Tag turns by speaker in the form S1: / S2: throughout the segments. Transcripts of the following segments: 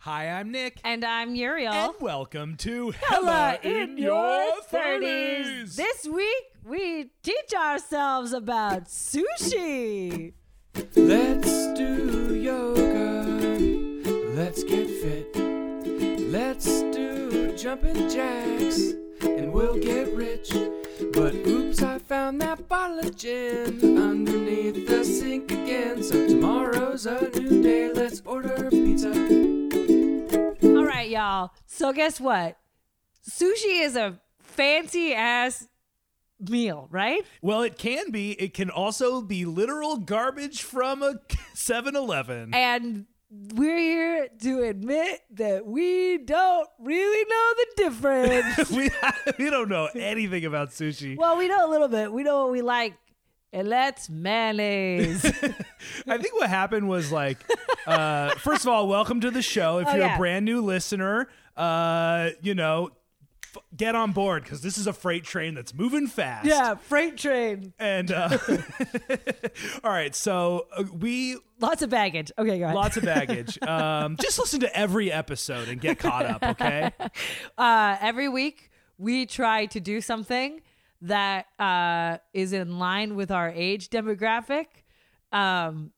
S1: Hi, I'm Nick.
S2: And I'm Uriel.
S1: And welcome to Hella in Your 30s.
S2: This week, we teach ourselves about sushi.
S3: Let's do yoga. Let's get fit. Let's do jumping jacks and we'll get rich. But oops, I found that bottle of gin underneath the sink again. So tomorrow's a new day. Let's order pizza.
S2: All right, y'all. So, guess what? Sushi is a fancy ass meal, right?
S1: Well, it can be. It can also be literal garbage from a 7 Eleven.
S2: And we're here to admit that we don't really know the difference.
S1: We, we don't know anything about sushi.
S2: well, we know a little bit. We know what we like, and that's mayonnaise.
S1: I think what happened was like, uh, first of all, welcome to the show. If
S2: Oh,
S1: you're
S2: yeah.
S1: a brand new listener, uh, you know, f- get on board because this is a freight train that's moving fast.
S2: yeah, freight train.
S1: And uh, all right, so uh, we
S2: Lots of baggage. Okay, go ahead.
S1: lots of baggage. Um, just listen to every episode and get caught up, okay?
S2: uh, every week we try to do something that uh, is in line with our age demographic um,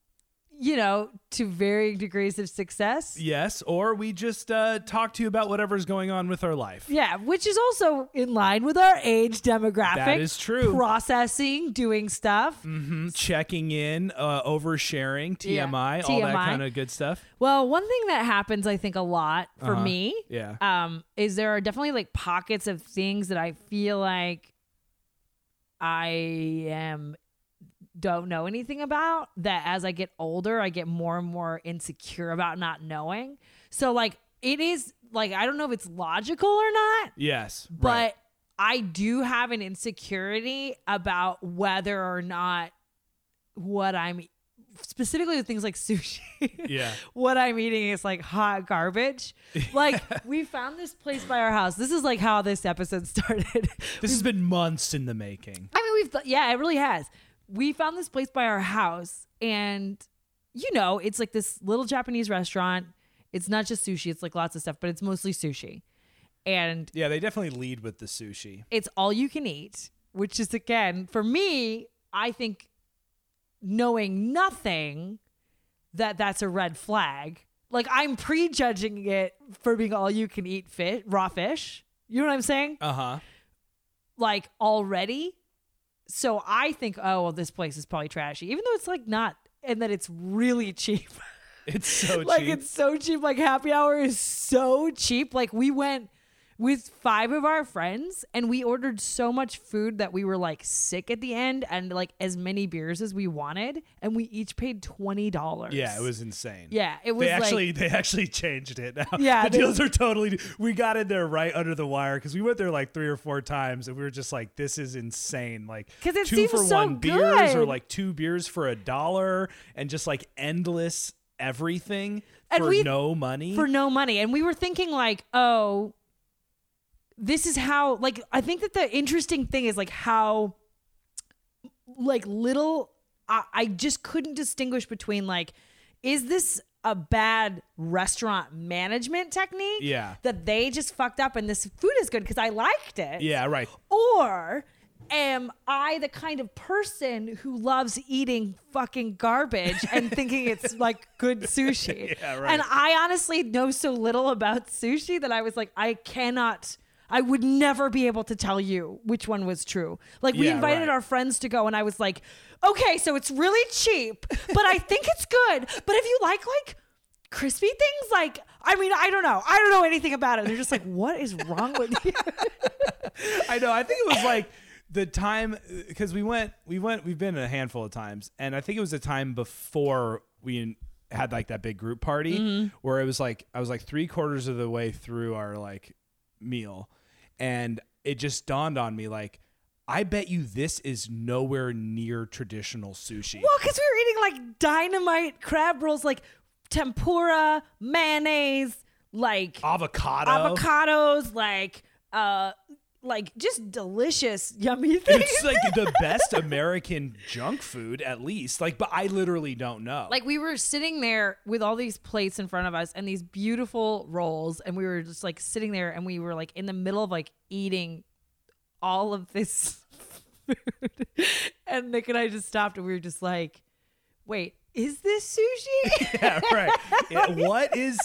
S2: you know to varying degrees of success
S1: Yes, or we just uh, talk to you about whatever's going on with our life.
S2: yeah which is also in line with our age demographic
S1: That is true.
S2: processing doing stuff
S1: Mhm, Checking in, uh, oversharing,
S2: Yeah,
S1: TMI, all that
S2: TMI.
S1: kind of good stuff.
S2: well one thing that happens i think a lot for
S1: Uh-huh.
S2: me
S1: Yeah.
S2: um, is there are definitely like pockets of things that I feel like I am don't know anything about that as I get older, I get more and more insecure about not knowing. So like it is like I don't know if it's logical or not,
S1: Yes.
S2: but
S1: right.
S2: I do have an insecurity about whether or not what I'm e, specifically with things like sushi.
S1: Yeah.
S2: what I'm eating is like hot garbage. Like we found this place by our house. This is like how this episode started.
S1: This has been months in the making.
S2: I mean, we've th- yeah, it really has. We found this place by our house, and you know, it's like this little Japanese restaurant. It's not just sushi; it's like lots of stuff, but it's mostly sushi, and
S1: Yeah, they definitely lead with the sushi.
S2: it's all you can eat. Which is again, for me, I think knowing nothing that that's a red flag. Like I'm prejudging it for being all you can eat fish, raw fish. You know what I'm saying?
S1: Uh huh.
S2: like already. So I think, oh, well, this place is probably trashy, even though it's like not, and that it's really cheap.
S1: It's so
S2: like
S1: cheap.
S2: it's so cheap. Like happy hour is so cheap. Like we went with five of our friends and we ordered so much food that we were like sick at the end and like as many beers as we wanted. And we each paid $20.
S1: yeah, it was insane.
S2: Yeah, it was
S1: They
S2: like-
S1: actually they actually changed it now.
S2: Yeah,
S1: the
S2: they-
S1: deals are totally. We got in there right under the wire because we went there like three or four times, and we were just like, "This is insane!" Like
S2: 'Cause it
S1: two
S2: seems
S1: for
S2: so
S1: one beers or
S2: good.
S1: like two beers for a dollar, and just like endless everything
S2: And
S1: for
S2: we-
S1: no money.
S2: for no money. And we were thinking like, oh, this is how like I think that the interesting thing is like how like little I, I just couldn't distinguish between like, is this a bad restaurant management technique?
S1: Yeah.
S2: That they just fucked up and this food is good because I liked it.
S1: yeah, right.
S2: Or am I the kind of person who loves eating fucking garbage and thinking it's like good sushi?
S1: Yeah, right.
S2: And I honestly know so little about sushi that I was like, I cannot. I would never be able to tell you which one was true. Like we
S1: Yeah,
S2: invited
S1: right.
S2: our friends to go and I was like, "Okay, so it's really cheap, but I think it's good. But if you like like crispy things like I mean, I don't know. I don't know anything about it." They're just like, "What is wrong with you?"
S1: I know. I think it was like the time because we went, we went, we've been a handful of times, and I think it was the time before we had like that big group party where it was like I was like three quarters of the way through our like meal, and it just dawned on me like. I bet you this is nowhere near traditional sushi.
S2: Well, because we were eating like dynamite crab rolls, like tempura, mayonnaise, like
S1: Avocado.
S2: avocados, like uh, like just delicious, yummy things.
S1: It's like the best American junk food, at least. Like, but I literally don't know.
S2: like we were sitting there with all these plates in front of us and these beautiful rolls and we were just like sitting there and we were like in the middle of like eating all of this food and nick and i just stopped and we were just like wait is this sushi
S1: yeah, right. Yeah, what is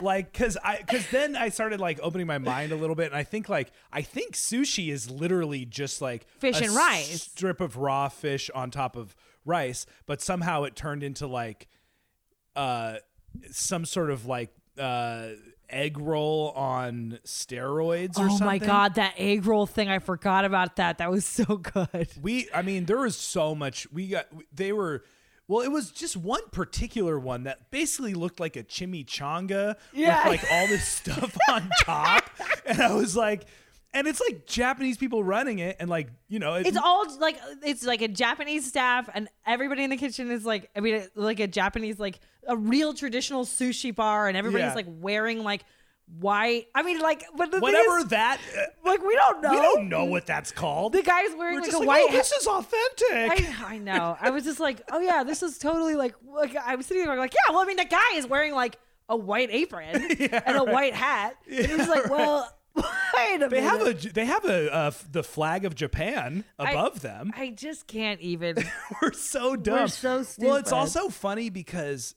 S1: like cuz I cuz then I started like opening my mind a little bit and I think like I think sushi is literally just like
S2: Fish
S1: a
S2: and rice.
S1: strip of raw fish on top of rice, but somehow it turned into like uh some sort of like uh egg roll on steroids or
S2: oh
S1: something.
S2: my god that egg roll thing i forgot about that that was so good
S1: We, I mean, there was so much. We got, they were, well, it was just one particular one that basically looked like a chimichanga
S2: Yeah.
S1: with like all this stuff on top. And I was like, and it's like Japanese people running it and like, you know, it,
S2: it's all like it's like a Japanese staff, and everybody in the kitchen is like, I mean, like a Japanese, like a real traditional sushi bar, and everybody's
S1: Yeah.
S2: like wearing like white. I mean, like, but the
S1: whatever
S2: Thing
S1: that, uh,
S2: is, like, we don't know.
S1: we don't know what that's called.
S2: Oh. The guy's wearing
S1: We're
S2: like
S1: just
S2: a
S1: like,
S2: white.
S1: oh, this is authentic.
S2: I, I know. I was just like, oh yeah, this is totally like. like I was sitting there like, yeah. Well, I mean, the guy is wearing like a white apron and a white hat. and he's like, well, wait a
S1: they
S2: minute.
S1: have a, they have a, uh, f- the flag of Japan above them.
S2: I just can't even.
S1: we're so dumb.
S2: so
S1: Well, it's
S2: stupid.
S1: also funny because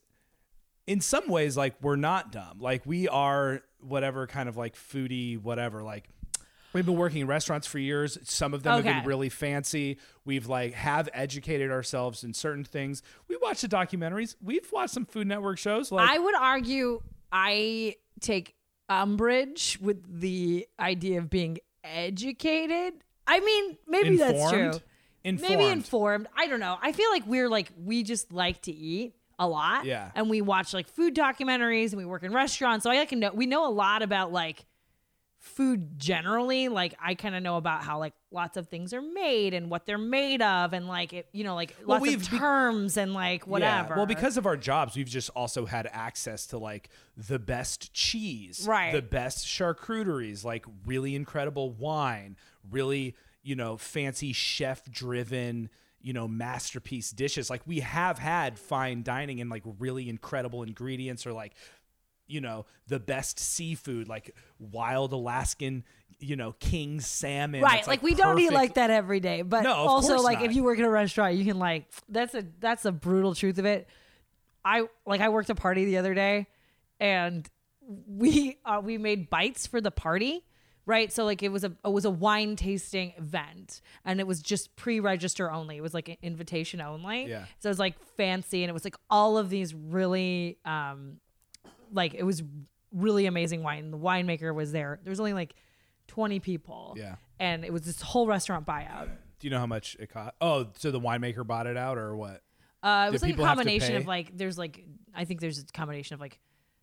S1: in some ways, like we're not dumb. Like we are whatever kind of like foodie, whatever. Like we've been working in restaurants for years. Some of them have
S2: Okay.
S1: been really fancy. We've like have educated ourselves in certain things. We watch the documentaries. We've watched some Food Network shows. Like
S2: I would argue I take umbrage with the idea of being educated. I mean, maybe that's
S1: informed,
S2: true.
S1: Informed.
S2: Maybe informed. I don't know. I feel like we're like we just like to eat a lot.
S1: Yeah.
S2: And we watch like food documentaries and we work in restaurants. So I like know we know a lot about like food generally. Like I kind of know about how like lots of things are made and what they're made of and like it, you know, like
S1: Well,
S2: lots of
S1: we've be-
S2: terms and like
S1: Yeah.
S2: whatever.
S1: Well, because of our jobs, we've just also had access to like the best cheese,
S2: Right.
S1: The best charcuteries, like really incredible wine, really you know fancy chef-driven you know masterpiece dishes. Like we have had fine dining and like really incredible ingredients or like you know the best seafood like wild alaskan you know king salmon
S2: right
S1: It's,
S2: like, we don't eat
S1: perfect-
S2: like that every day but
S1: No, of
S2: also
S1: course
S2: like
S1: not.
S2: if you work at a restaurant you can like that's a that's a brutal truth of it i like i worked a party the other day and we uh, we made bites for the party right so like it was a it was a wine tasting event and it was just pre-register only it was like an invitation only
S1: Yeah.
S2: so it was like fancy and it was like all of these really um like it was really amazing wine the winemaker was there there was only like 20 people
S1: Yeah.
S2: and it was this whole restaurant buyout
S1: do you know how much it cost oh so the winemaker bought it out or what
S2: uh it was like a
S1: people have to
S2: combination
S1: pay?
S2: of like there's like i think there's a combination of like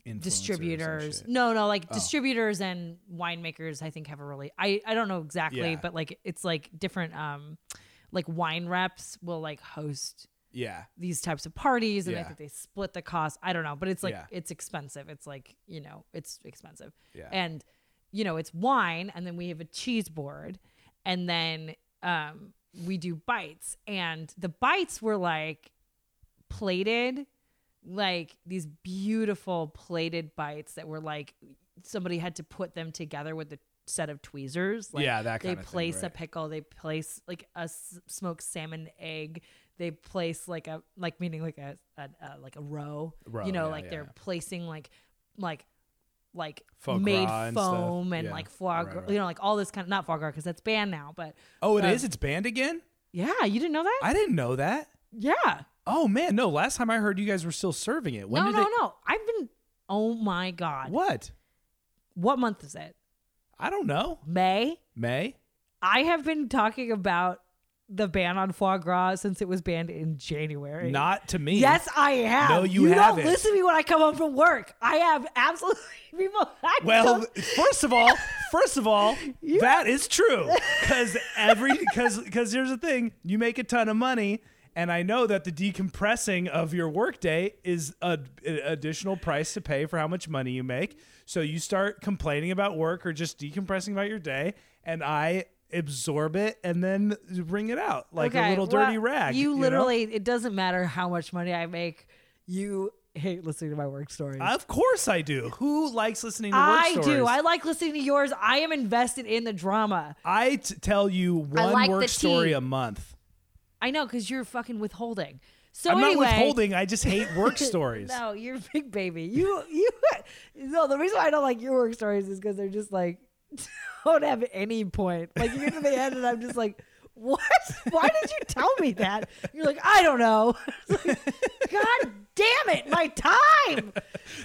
S1: Influencers Oh. or some
S2: distributors
S1: shit.
S2: no no like distributors and winemakers i think have a really i i don't know exactly
S1: Yeah.
S2: but like it's like different um like wine reps will like host
S1: yeah
S2: these types of parties and I
S1: Yeah.
S2: think they split the cost. I don't know, but it's like
S1: Yeah.
S2: it's expensive. It's like, you know, it's expensive.
S1: Yeah.
S2: And you know, it's wine and then we have a cheese board and then um we do bites and the bites were like plated like these beautiful plated bites that were like somebody had to put them together with a set of tweezers. Like,
S1: Yeah, that
S2: They
S1: kinda thing,
S2: place a
S1: right.
S2: pickle. They place like a s- smoked salmon egg. They place like a like meaning like a, a, a like a row.
S1: Row,
S2: you know,
S1: yeah,
S2: like they're
S1: yeah.
S2: placing like like like
S1: Foie
S2: made
S1: gras and stuff.
S2: foam and
S1: Yeah.
S2: like foie
S1: Right,
S2: gras.
S1: right.
S2: You know, like all this kind of not foie gras because that's banned now. But
S1: Oh, it
S2: Um,
S1: is. It's banned again.
S2: yeah, you didn't know that?
S1: I didn't know that.
S2: yeah.
S1: Oh man, no. Last time I heard, you guys were still serving it. When
S2: no,
S1: did
S2: no,
S1: they-
S2: no. I've been. Oh my god.
S1: What?
S2: What month is it?
S1: I don't know.
S2: May.
S1: May.
S2: I have been talking about the ban on foie gras since it was banned in January.
S1: Not to me.
S2: Yes, I have.
S1: No, you
S2: don't
S1: haven't.
S2: listen to me when I come home from work. I have absolutely people. I
S1: Well,
S2: don't-
S1: first of all, first of all, that is true. Because every because because here's the thing: you make a ton of money, And I know that the decompressing of your workday is a- an additional price to pay for how much money you make. So you start complaining about work or just decompressing about your day, and I absorb it and then wring it out like a
S2: Okay,
S1: little
S2: well,
S1: dirty rag.
S2: You
S1: know?
S2: literally, it doesn't matter how much money I make. You hate listening to my work stories.
S1: Of course I do. Who likes listening to work
S2: I
S1: stories?
S2: do. I like listening to yours. I am invested in the drama.
S1: I t- tell you one
S2: like the
S1: work
S2: tea.
S1: story a month.
S2: I know because you're fucking withholding. So
S1: I'm
S2: anyway,
S1: not withholding. I just hate work stories.
S2: No, Uh, you're a big baby. You you no. The reason why I don't like your work stories is because they're just like don't have any point. Like you get to the end and I'm just like, what? Why did you tell me that? You're like, I don't know. It's like, God damn it, my time.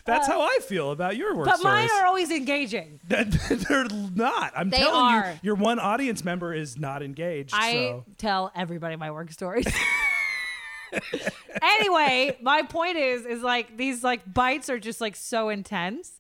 S1: That's how I feel about your work
S2: But
S1: stories.
S2: mine are always engaging.
S1: That- they're not. I'm
S2: They
S1: telling you,
S2: are.
S1: your one audience member is not engaged.
S2: I
S1: so.
S2: tell everybody my work stories. anyway, my point is is like these like bites are just like so intense.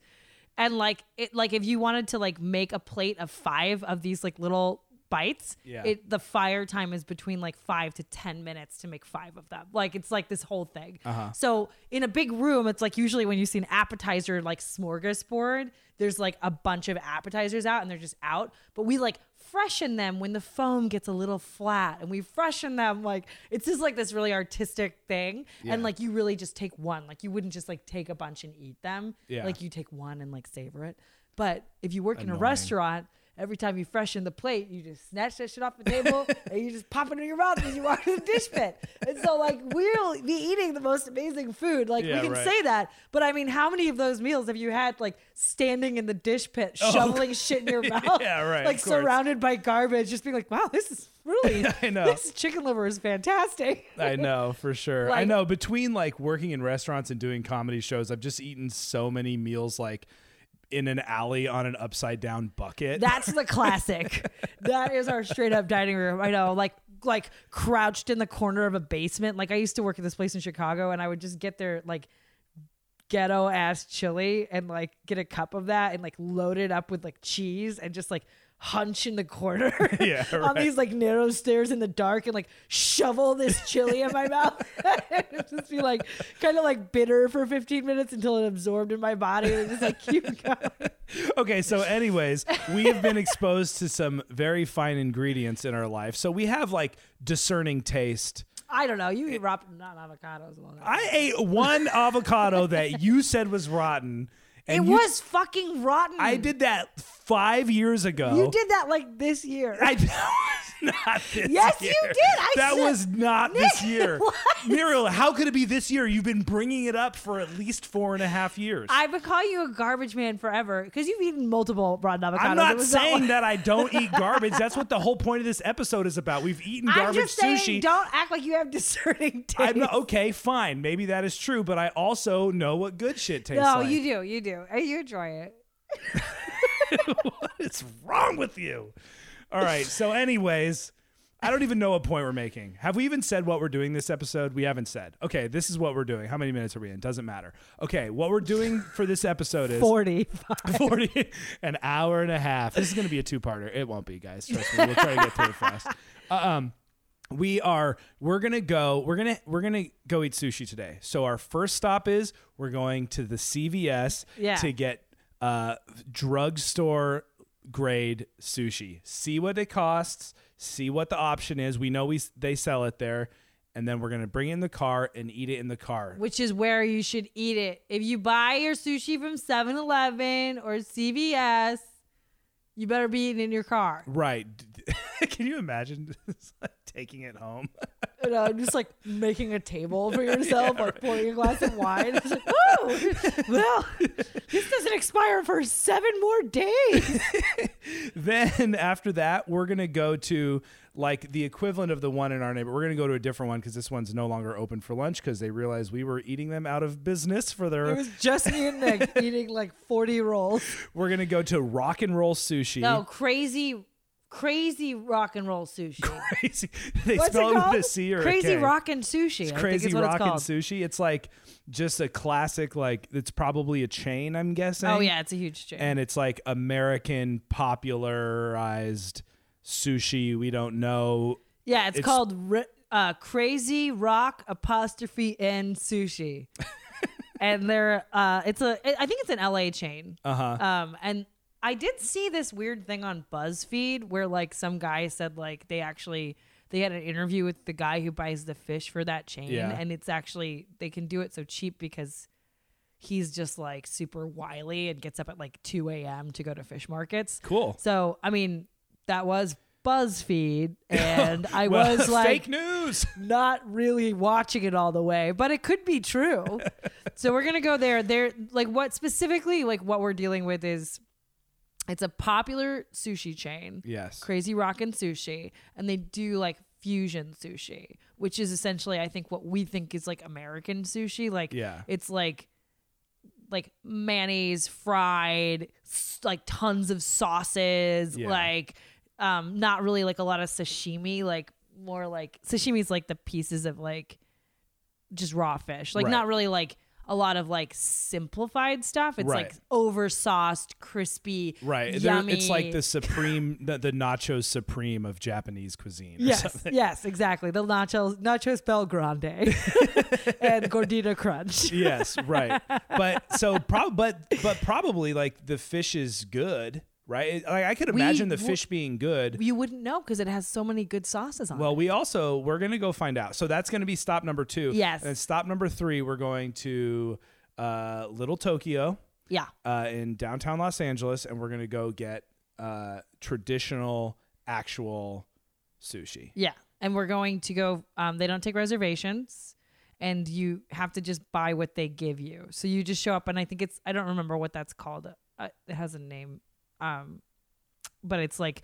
S2: And like it like if you wanted to like make a plate of 5 of these like little bites,
S1: Yeah.
S2: it the fire time is between like 5 to 10 minutes to make 5 of them. Like it's like this whole thing. So in a big room, it's like usually when you see an appetizer like smorgasbord, there's like a bunch of appetizers out and they're just out, but we like freshen them when the foam gets a little flat and we freshen them like it's just like this really artistic thing and like you really just take one like you wouldn't just like take a bunch and eat them
S1: Yeah.
S2: like you take one and like savor it but if you work in a
S1: Annoying.
S2: restaurant every time you freshen the plate you just snatch that shit off the table and you just pop it in your mouth as you walk to the dish pit and so like we'll be eating the most amazing food like
S1: Yeah,
S2: we can
S1: right.
S2: say that but i mean how many of those meals have you had like standing in the dish pit shoveling shit in your mouth
S1: Oh. Yeah, right,
S2: like
S1: of course.
S2: surrounded by garbage, just being like, wow, this is really,
S1: I know.
S2: this chicken liver is fantastic.
S1: I know for sure. I
S2: Like-
S1: know between like working in restaurants and doing comedy shows, I've just eaten so many meals like in an alley on an upside down bucket.
S2: That's the classic. that is our straight up dining room. I know, like like crouched in the corner of a basement. Like I used to work at this place in Chicago, and I would just get their like ghetto ass chili and like get a cup of that and like load it up with like cheese and just like hunch in the corner
S1: Yeah,
S2: on
S1: right.
S2: these like narrow stairs in the dark and like shovel this chili in my mouth just be like kind of like bitter for 15 minutes until it absorbed in my body and just like keep going
S1: okay, so anyways, we have been exposed to some very fine ingredients in our life. So we have like discerning taste.
S2: I don't know. You eat rop not avocados and all that.
S1: I ate one avocado that you said was rotten.
S2: it
S1: And you-
S2: was fucking rotten.
S1: I did that five years ago.
S2: You did that like this year.
S1: I that was not this
S2: Yes, you
S1: year.
S2: did. I
S1: that
S2: said-
S1: was not this
S2: Nick,
S1: year.
S2: what?
S1: Muriel, how could it be this year? You've been bringing it up for at least four and a half years.
S2: I've been calling you a garbage man forever because you've eaten multiple rotten avocados.
S1: am
S2: It
S1: not
S2: was one.
S1: saying that I don't eat garbage. That's what the whole point of this episode is about. We've eaten
S2: I'm
S1: garbage
S2: just saying,
S1: sushi.
S2: don't act like you have discerning taste.
S1: I'm not okay. Fine, maybe that is true, but I also know what good shit tastes
S2: no,
S1: like.
S2: you do. You do. Uh, You enjoy it.
S1: what is wrong with you? All right. So, anyways, I don't even know what point we're making. Have we even said what we're doing this episode? We haven't said. Okay, this is what we're doing. How many minutes are we in? Doesn't matter. Okay, what we're doing for this episode is
S2: 40.
S1: 40, an hour and a half. This is going to be a two parter. It won't be, guys. Trust me. We'll try to get through it fast. Uh, um, we are we're gonna go we're gonna we're gonna go eat sushi today so our first stop is we're going to the cvs
S2: Yeah.
S1: to get uh drugstore grade sushi see what it costs see what the option is we know we s- they sell it there and then we're gonna bring it in the car and eat it in the car
S2: Which is where you should eat it. If you buy your sushi from 7 Eleven or CVS, you better be eating in your car.
S1: right can you imagine just, like, taking it home
S2: you know, just like making a table for yourself, like pouring a glass of wine. It's like, whoa, well, this doesn't expire for seven more days.
S1: then after that, we're gonna go to like the equivalent of the one in our neighbor. We're gonna go to a different one because this one's no longer open for lunch because they realized we were eating them out of business for
S2: It
S1: their.
S2: was just me and Nick eating like 40 rolls.
S1: We're gonna go to Rock and Roll Sushi.
S2: No, crazy, crazy rock and roll sushi.
S1: Crazy. They
S2: What's
S1: spell
S2: it called?
S1: with a C or
S2: crazy
S1: a K.
S2: rock and sushi. I think
S1: Crazy
S2: is what it's
S1: Rock and
S2: called.
S1: Sushi. It's like just a classic. Like it's probably a chain. I'm guessing.
S2: Oh yeah, it's a huge chain.
S1: and it's like American popularized sushi. We don't know.
S2: yeah, it's,
S1: it's-
S2: called ri- uh, crazy rock apostrophe and sushi. and they're uh, it's a I think it's an LA chain.
S1: Uh-huh.
S2: Um and I did see this weird thing on BuzzFeed where like some guy said like they actually they had an interview with the guy who buys the fish for that chain
S1: Yeah.
S2: and it's actually they can do it so cheap because he's just like super wily and gets up at like 2 a.m. to go to fish markets.
S1: Cool.
S2: So, I mean, that was BuzzFeed, and I
S1: Well,
S2: was like
S1: fake news.
S2: not really watching it all the way, but it could be true. so we're gonna go there. There, like, what specifically, like, what we're dealing with is it's a popular sushi chain.
S1: Yes.
S2: Crazy Rockin' Sushi, and they do like fusion sushi, which is essentially, I think, what we think is like American sushi. Like,
S1: Yeah.
S2: it's like like mayonnaise, fried, s- like tons of sauces,
S1: Yeah.
S2: like um, not really like a lot of sashimi, like more like sashimi's like the pieces of like just raw fish, like
S1: Right.
S2: not really like a lot of like simplified stuff. It's
S1: Right.
S2: like over sauced, crispy,
S1: Right. They're-
S2: Yummy.
S1: It's like the supreme, the, the nacho supreme of Japanese cuisine. or
S2: Yes,
S1: something.
S2: yes, exactly. The nachos, nachos bel grande, and gordita crunch.
S1: yes. Right. But so, prob- but but probably like the fish is good, right? Like I could
S2: We
S1: imagine the
S2: wo-
S1: fish being good.
S2: You wouldn't know because it has so many good sauces on
S1: well,
S2: it.
S1: we also we're gonna go find out. So that's gonna be stop number two.
S2: Yes.
S1: And stop number three, we're going to uh, Little Tokyo.
S2: Yeah,
S1: uh, in downtown Los Angeles, and we're gonna go get uh, traditional, actual sushi.
S2: yeah. And we're going to go. Um, they don't take reservations, and you have to just buy what they give you. So you just show up, and I think it's I don't remember what that's called. Uh, it has a name, um, but it's like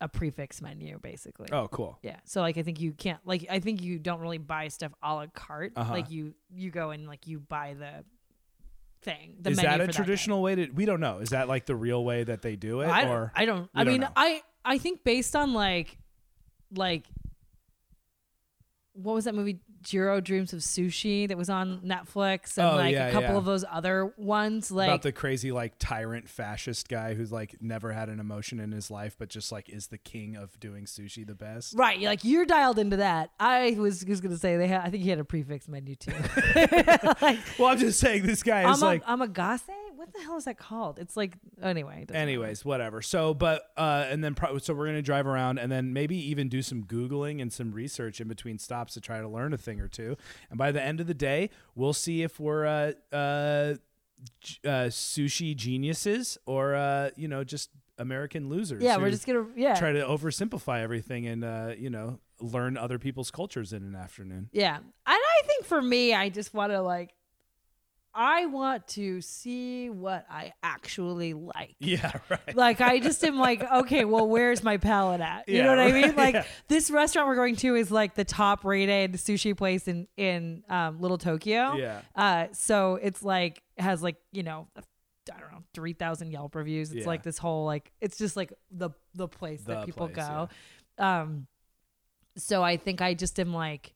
S2: a prefix menu, basically.
S1: Oh, cool.
S2: Yeah. So like I think you can't like I think you don't really buy stuff a la carte.
S1: Uh-huh.
S2: Like you you go and like you buy the thing. The
S1: is
S2: menu
S1: that a
S2: for day.
S1: traditional way to? We don't know. Is that like the real way that they do it,
S2: I don't,
S1: or
S2: I don't
S1: we
S2: I
S1: don't
S2: mean
S1: know.
S2: I I think based on like like what was that movie Jiro Dreams of Sushi that was on Netflix and
S1: Oh,
S2: like
S1: yeah,
S2: a couple
S1: yeah.
S2: of those other ones like
S1: about the crazy like tyrant fascist guy who's like never had an emotion in his life, but just like is the king of doing sushi the best?
S2: Right, you're like you're dialed into that. I was was gonna say they had. I think he had a prefix menu too. Like,
S1: Well, I'm just saying this guy
S2: I'm,
S1: is
S2: a,
S1: like.
S2: I'm a gase. What the hell is that called? It's like anyway. it doesn't
S1: Anyways, whatever. So, but uh, and then pro- so we're gonna drive around and then maybe even do some googling and some research in between stops to try to learn a thing or two. And by the end of the day, we'll see if we're uh, uh, g- uh, sushi geniuses or uh, you know just American losers.
S2: matter. Yeah,
S1: who
S2: we're just gonna yeah
S1: try to oversimplify everything and uh, you know learn other people's cultures in an afternoon.
S2: yeah. And I think for me, I just want to like, I want to see what I actually like.
S1: Yeah, right.
S2: Like I just am like, okay, well, where's my palate at? You
S1: Yeah,
S2: know what I
S1: right,
S2: mean? Like
S1: yeah.
S2: this restaurant we're going to is like the top rated sushi place in in um, Little Tokyo.
S1: Yeah.
S2: Uh, so it's like it has like you know. I don't know, three thousand Yelp reviews. It's
S1: Yeah.
S2: like this whole like it's just like the the place
S1: The
S2: that people
S1: place,
S2: go. Um, so I think I just am like,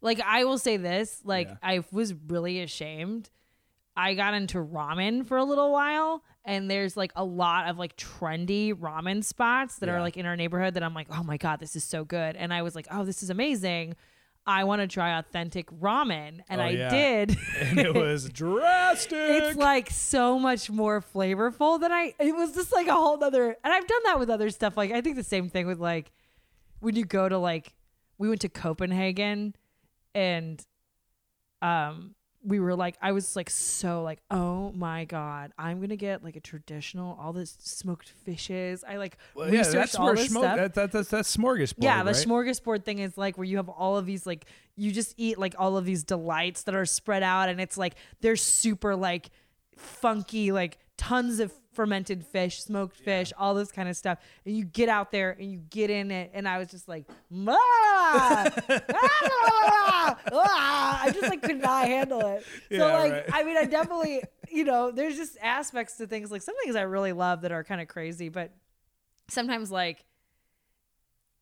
S2: like I will say this, like
S1: Yeah.
S2: I was really ashamed I got into ramen for a little while and there's like a lot of like trendy ramen spots that are
S1: Yeah.
S2: like in our neighborhood that I'm like, "Oh my god, this is so good." And I was like, "Oh, this is amazing. I want to try authentic ramen." And
S1: Oh,
S2: I
S1: yeah.
S2: did.
S1: And it was drastic.
S2: it's like so much more flavorful than I it was just like a whole other and I've done that with other stuff like I think the same thing with like when you go to like we went to Copenhagen and um we were like I was like so like oh my god I'm gonna get like a traditional all this smoked fishes I like
S1: Well, yeah,
S2: researched
S1: that's
S2: all
S1: where
S2: this
S1: schmo-
S2: stuff
S1: that, that, that's that's smorgasbord.
S2: yeah, the
S1: right?
S2: smorgasbord thing is like where you have all of these like you just eat like all of these delights that are spread out, and it's like they're super like funky, like tons of fermented fish, smoked fish, all this kind of stuff, and you get out there and you get in it, and I was just like, "Ma!" Ah, la, la, la, la. Ah. I just like could not handle it. So
S1: Yeah,
S2: like,
S1: right.
S2: I mean, I definitely, you know, there's just aspects to things like some things I really love that are kind of crazy, but sometimes like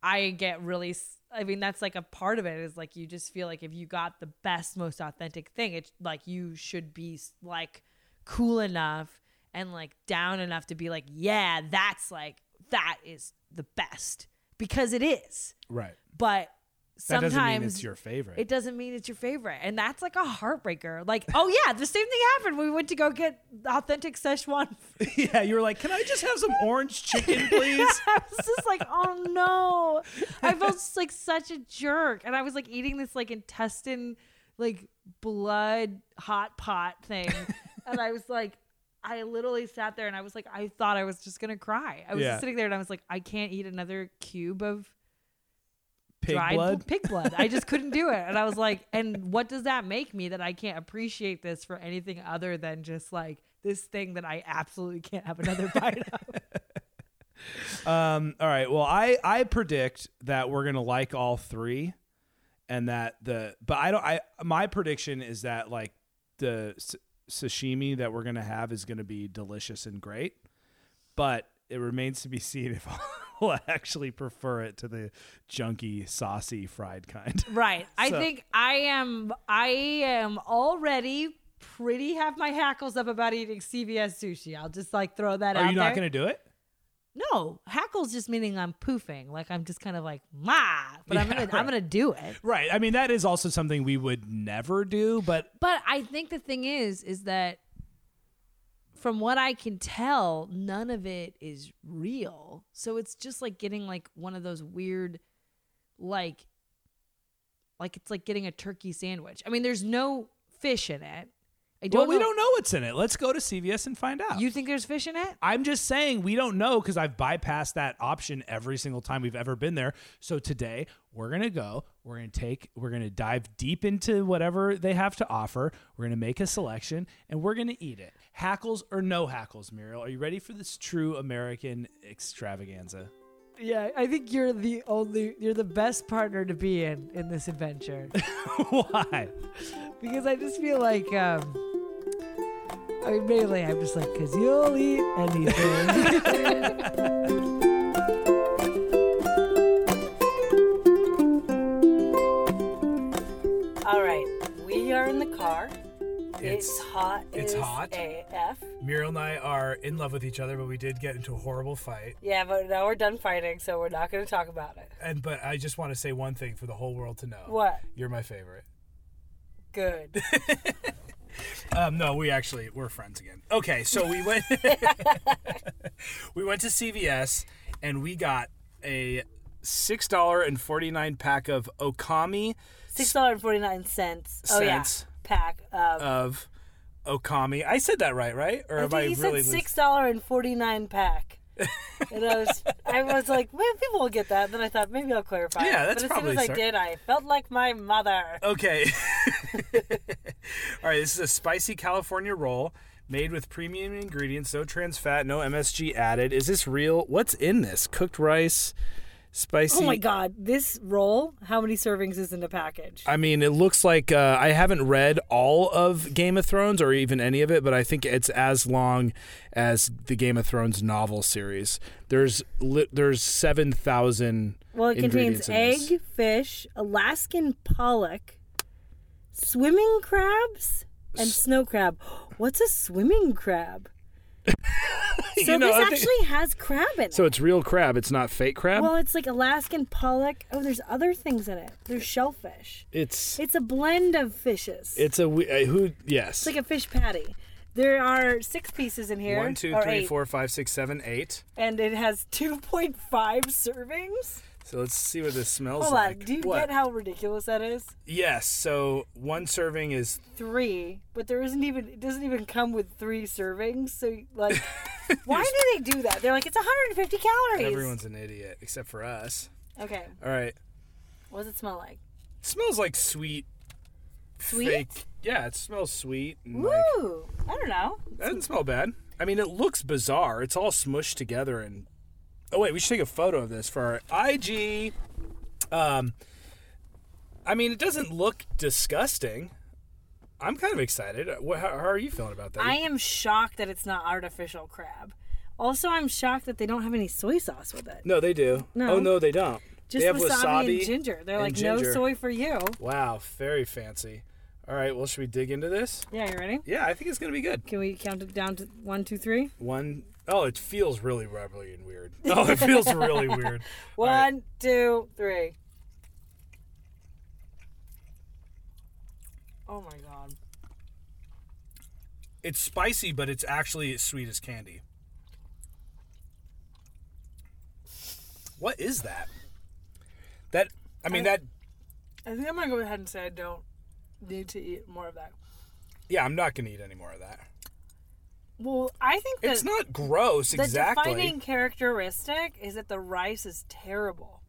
S2: I get really. s- I mean, that's like a part of it is like you just feel like if you got the best, most authentic thing, it's like you should be s- like cool enough and like down enough to be like, yeah, that's like, that is the best because it is.
S1: right.
S2: But
S1: That
S2: sometimes
S1: doesn't mean it's your favorite.
S2: it doesn't mean it's your favorite. And that's like a heartbreaker. Like, oh yeah, the same thing happened. We went to go get authentic Szechuan.
S1: yeah, you were like, "Can I just have some orange chicken, please?"
S2: I was just like, oh no. I felt s- like such a jerk. And I was like eating this like intestine, like blood hot pot thing. and I was like, I literally sat there and I was like, I thought I was just gonna cry. I was
S1: Yeah.
S2: just sitting there and I was like, I can't eat another cube of
S1: Pig
S2: dried
S1: blood.
S2: bl- pig blood. I just couldn't do it. And I was like, and what does that make me that I can't appreciate this for anything other than just like this thing that I absolutely can't have another bite of?
S1: Um, all right. Well, I I predict that we're gonna like all three, and that the but I don't. I my prediction is that like the s- sashimi that we're gonna have is gonna be delicious and great, but it remains to be seen if I'll actually prefer it to the junky, saucy, fried kind.
S2: Right. I
S1: So-
S2: think I am I am already pretty have my hackles up about eating CVS sushi. I'll just like throw that out
S1: Are you
S2: there.
S1: not gonna do it?
S2: no, hackles just meaning I'm poofing. Like I'm just kind of like ma, but I'm
S1: Yeah,
S2: gonna
S1: right.
S2: I'm gonna do it.
S1: Right. I mean, that is also something we would never do, but
S2: But I think the thing is, is that from what I can tell, none of it is real. So it's just like getting like one of those weird, like, like it's like getting a turkey sandwich. I mean, there's no fish in it. I don't.
S1: well, we
S2: know-
S1: don't know what's in it. Let's go to CVS and find out.
S2: You think there's fish in it?
S1: I'm just saying we don't know because I've bypassed that option every single time we've ever been there. So today we're gonna go. We're gonna take. We're gonna dive deep into whatever they have to offer. We're gonna make a selection and we're gonna eat it. Hackles or no hackles, Muriel? Are you ready for this true American extravaganza?
S2: Yeah, I think you're the only, you're the best partner to be in in this adventure.
S1: Why?
S2: because I just feel like, um, I mean, mainly I'm just like, because you'll eat anything. All right, we are in the car. It's, hot.
S1: it's
S2: as
S1: hot.
S2: AF.
S1: Muriel and I are in love with each other, but we did get into a horrible fight.
S2: Yeah, but now we're done fighting, so we're not going to talk about it.
S1: And but I just want to say one thing for the whole world to know.
S2: What?
S1: You're my favorite.
S2: Good.
S1: Um, no, we actually we're friends again. Okay, so we went we went to CVS and we got a six dollar and forty nine pack of Okami
S2: Six dollars and forty nine cents. Oh yeah,
S1: Cents.
S2: pack of.
S1: of Okami. I said that right, right? Or
S2: I
S1: am
S2: think he
S1: really
S2: said six dollar and forty nine pack. and I was, I was like, well, people will get that. Then I thought maybe I'll clarify.
S1: Yeah,
S2: it.
S1: that's
S2: But as
S1: probably
S2: soon as
S1: cer-
S2: I did, I felt like my mother.
S1: Okay. All right, this is a spicy California roll made with premium ingredients, no trans fat, no MSG added. Is this real? What's in this? Cooked rice, spicy
S2: Oh my god, this roll! How many servings is in the package?
S1: I mean, it looks like uh, I haven't read all of Game of Thrones or even any of it, but I think it's as long as the Game of Thrones novel series. There's li- there's seven thousand.
S4: Well, it contains
S1: ingredients in
S4: egg, fish, Alaskan pollock, swimming crabs, and snow crab. What's a swimming crab?
S1: this.
S4: So
S1: You know,
S4: this
S1: I think-
S4: actually has crab in it.
S1: so it's real crab. It's not fake crab.
S4: well, it's like Alaskan pollock. Oh, there's other things in it. There's shellfish.
S1: it's
S4: It's a blend of fishes.
S1: it's a we- uh, who? Yes.
S4: it's like a fish patty. There are six pieces in here.
S1: One, two,
S4: or
S1: three,
S4: eight,
S1: four, five, six, seven, eight.
S4: And it has 2.5 servings.
S1: So let's see what this smells
S4: Hold
S1: like.
S4: on. Do you
S1: What?
S4: get how ridiculous that is?
S1: Yes. So one serving is
S4: three, but there isn't even it doesn't even come with three servings. So like, why do they do that? They're like it's 150 calories.
S1: everyone's an idiot except for us.
S4: okay.
S1: All right.
S4: What does it smell like?
S1: smells like sweet,
S4: Sweet?
S1: fake. Yeah, it smells sweet. And like,
S4: Ooh, I don't know.
S1: that doesn't smell bad. I mean, it looks bizarre. It's all smushed together and. Oh wait, we should take a photo of this for our IG. Um, I mean, it doesn't look disgusting. I'm kind of excited. What, how, how are you feeling about that?
S4: I am shocked that it's not artificial crab. Also, I'm shocked that they don't have any soy sauce with it.
S1: no, they do.
S4: No.
S1: Oh no, they don't.
S4: Just
S1: they have
S4: wasabi,
S1: wasabi
S4: and ginger. They're
S1: and
S4: like no
S1: ginger.
S4: soy for you.
S1: Wow, very fancy. All right, well, should we dig into this?
S4: Yeah, you ready?
S1: Yeah, I think it's gonna be good.
S4: Can we count it down to one, two, three?
S1: One oh, it feels really rubbery and weird. Oh, it feels really weird. All right.
S4: One, two, three.
S2: Oh my god.
S1: It's spicy, but it's actually as sweet as candy. What is that? That I mean that
S2: I think I'm gonna go ahead and say I don't need to eat more of that.
S1: yeah, I'm not gonna eat any more of that.
S2: Well, I think that
S1: It's not gross
S2: the
S1: exactly.
S2: defining characteristic is that the rice is terrible.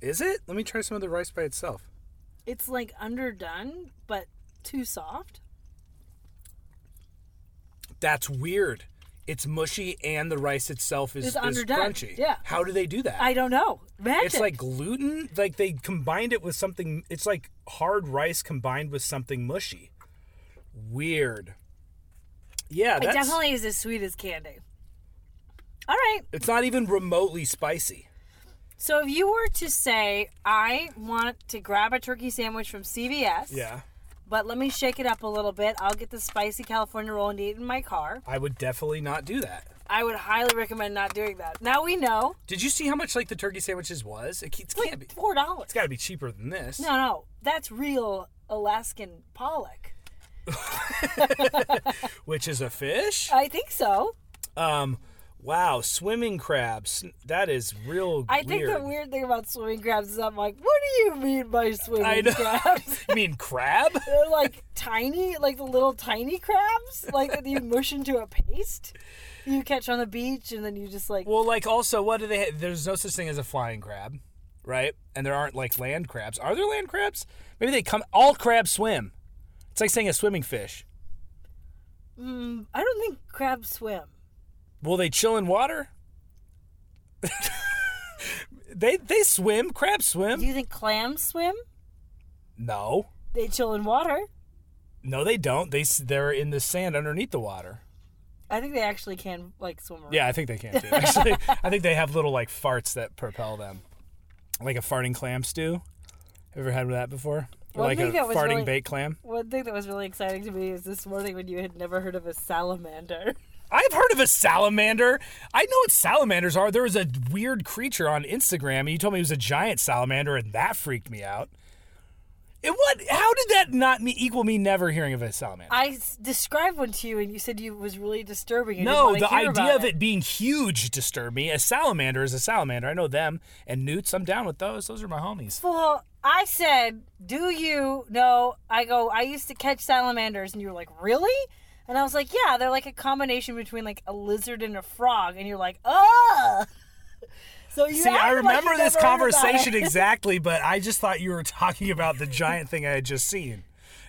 S1: Is it? Let me try some of the rice by itself.
S2: It's like underdone, but too soft.
S1: That's weird. It's mushy and the rice itself is,
S2: It's
S1: is
S2: underdone.
S1: crunchy.
S2: Yeah.
S1: How do they do that?
S2: I don't know. Magic.
S1: it's like gluten. Like they combined it with something. It's like hard rice combined with something mushy. Weird. Yeah,
S2: it
S1: that's.
S2: definitely is as sweet as candy. All right.
S1: It's not even remotely spicy.
S2: So if you were to say, I want to grab a turkey sandwich from CVS, but let me shake it up a little bit. I'll get the spicy California roll and eat it in my car.
S1: I would definitely not do that.
S2: I would highly recommend not doing that. Now we know.
S1: Did you see how much like the turkey sandwiches was? It, it can't be.
S2: Like four dollars.
S1: It's got to be cheaper than this.
S2: No, no, that's real Alaskan pollock.
S1: Which is a fish.
S2: I think so.
S1: Um, wow, swimming crabs. That is real.
S2: I think the weird thing about swimming crabs is I'm like, what do you mean by swimming
S1: I know.
S2: crabs?
S1: You mean crab?
S2: They're like tiny, like the little tiny crabs, like that you mush into a paste. You catch on the beach and then you just like
S1: Well, like also, what do they? Ha- There's no such thing as a flying crab, right? And there aren't like land crabs. Are there land crabs? Maybe they come. All crabs swim. It's like saying a swimming fish.
S2: Mm, I don't think crabs swim.
S1: Will they chill in water? they they swim. Crabs
S2: Do
S1: swim.
S2: you think clams swim?
S1: No,
S2: They chill in water.
S1: no, they don't. They s- they're in the sand underneath the water.
S2: I think they actually can like swim around.
S1: Yeah, I think they can too. Actually, I think they have little like farts that propel them, like a farting clam stew. Ever had that before? Or
S2: One
S1: like a
S2: thing that was
S1: farting
S2: really-
S1: baked clam.
S2: One thing that was really exciting to me is this morning when you had never heard of a salamander.
S1: I've heard of a salamander. I know what salamanders are. There was a weird creature on Instagram, and you told me it was a giant salamander, and that freaked me out. It what? How did that not me equal me never hearing of a salamander?
S2: I s- described one to you, and you said you was really disturbing. You
S1: no,
S2: didn't
S1: the
S2: wanna hear
S1: idea
S2: about
S1: of it being huge disturbed me. A salamander is a salamander. I know them and newts. I'm down with those. Those are my homies.
S2: Well, I said, "Do you know?" I go, "I used to catch salamanders," and you were like, "Really?" And I was like, "Yeah, they're like a combination between like a lizard and a frog," and you're like, "Ugh." So you
S1: See, I
S2: acted like
S1: remember
S2: you
S1: this
S2: never heard about
S1: conversation
S2: it.
S1: exactly, but I just thought you were talking about the giant thing I had just seen.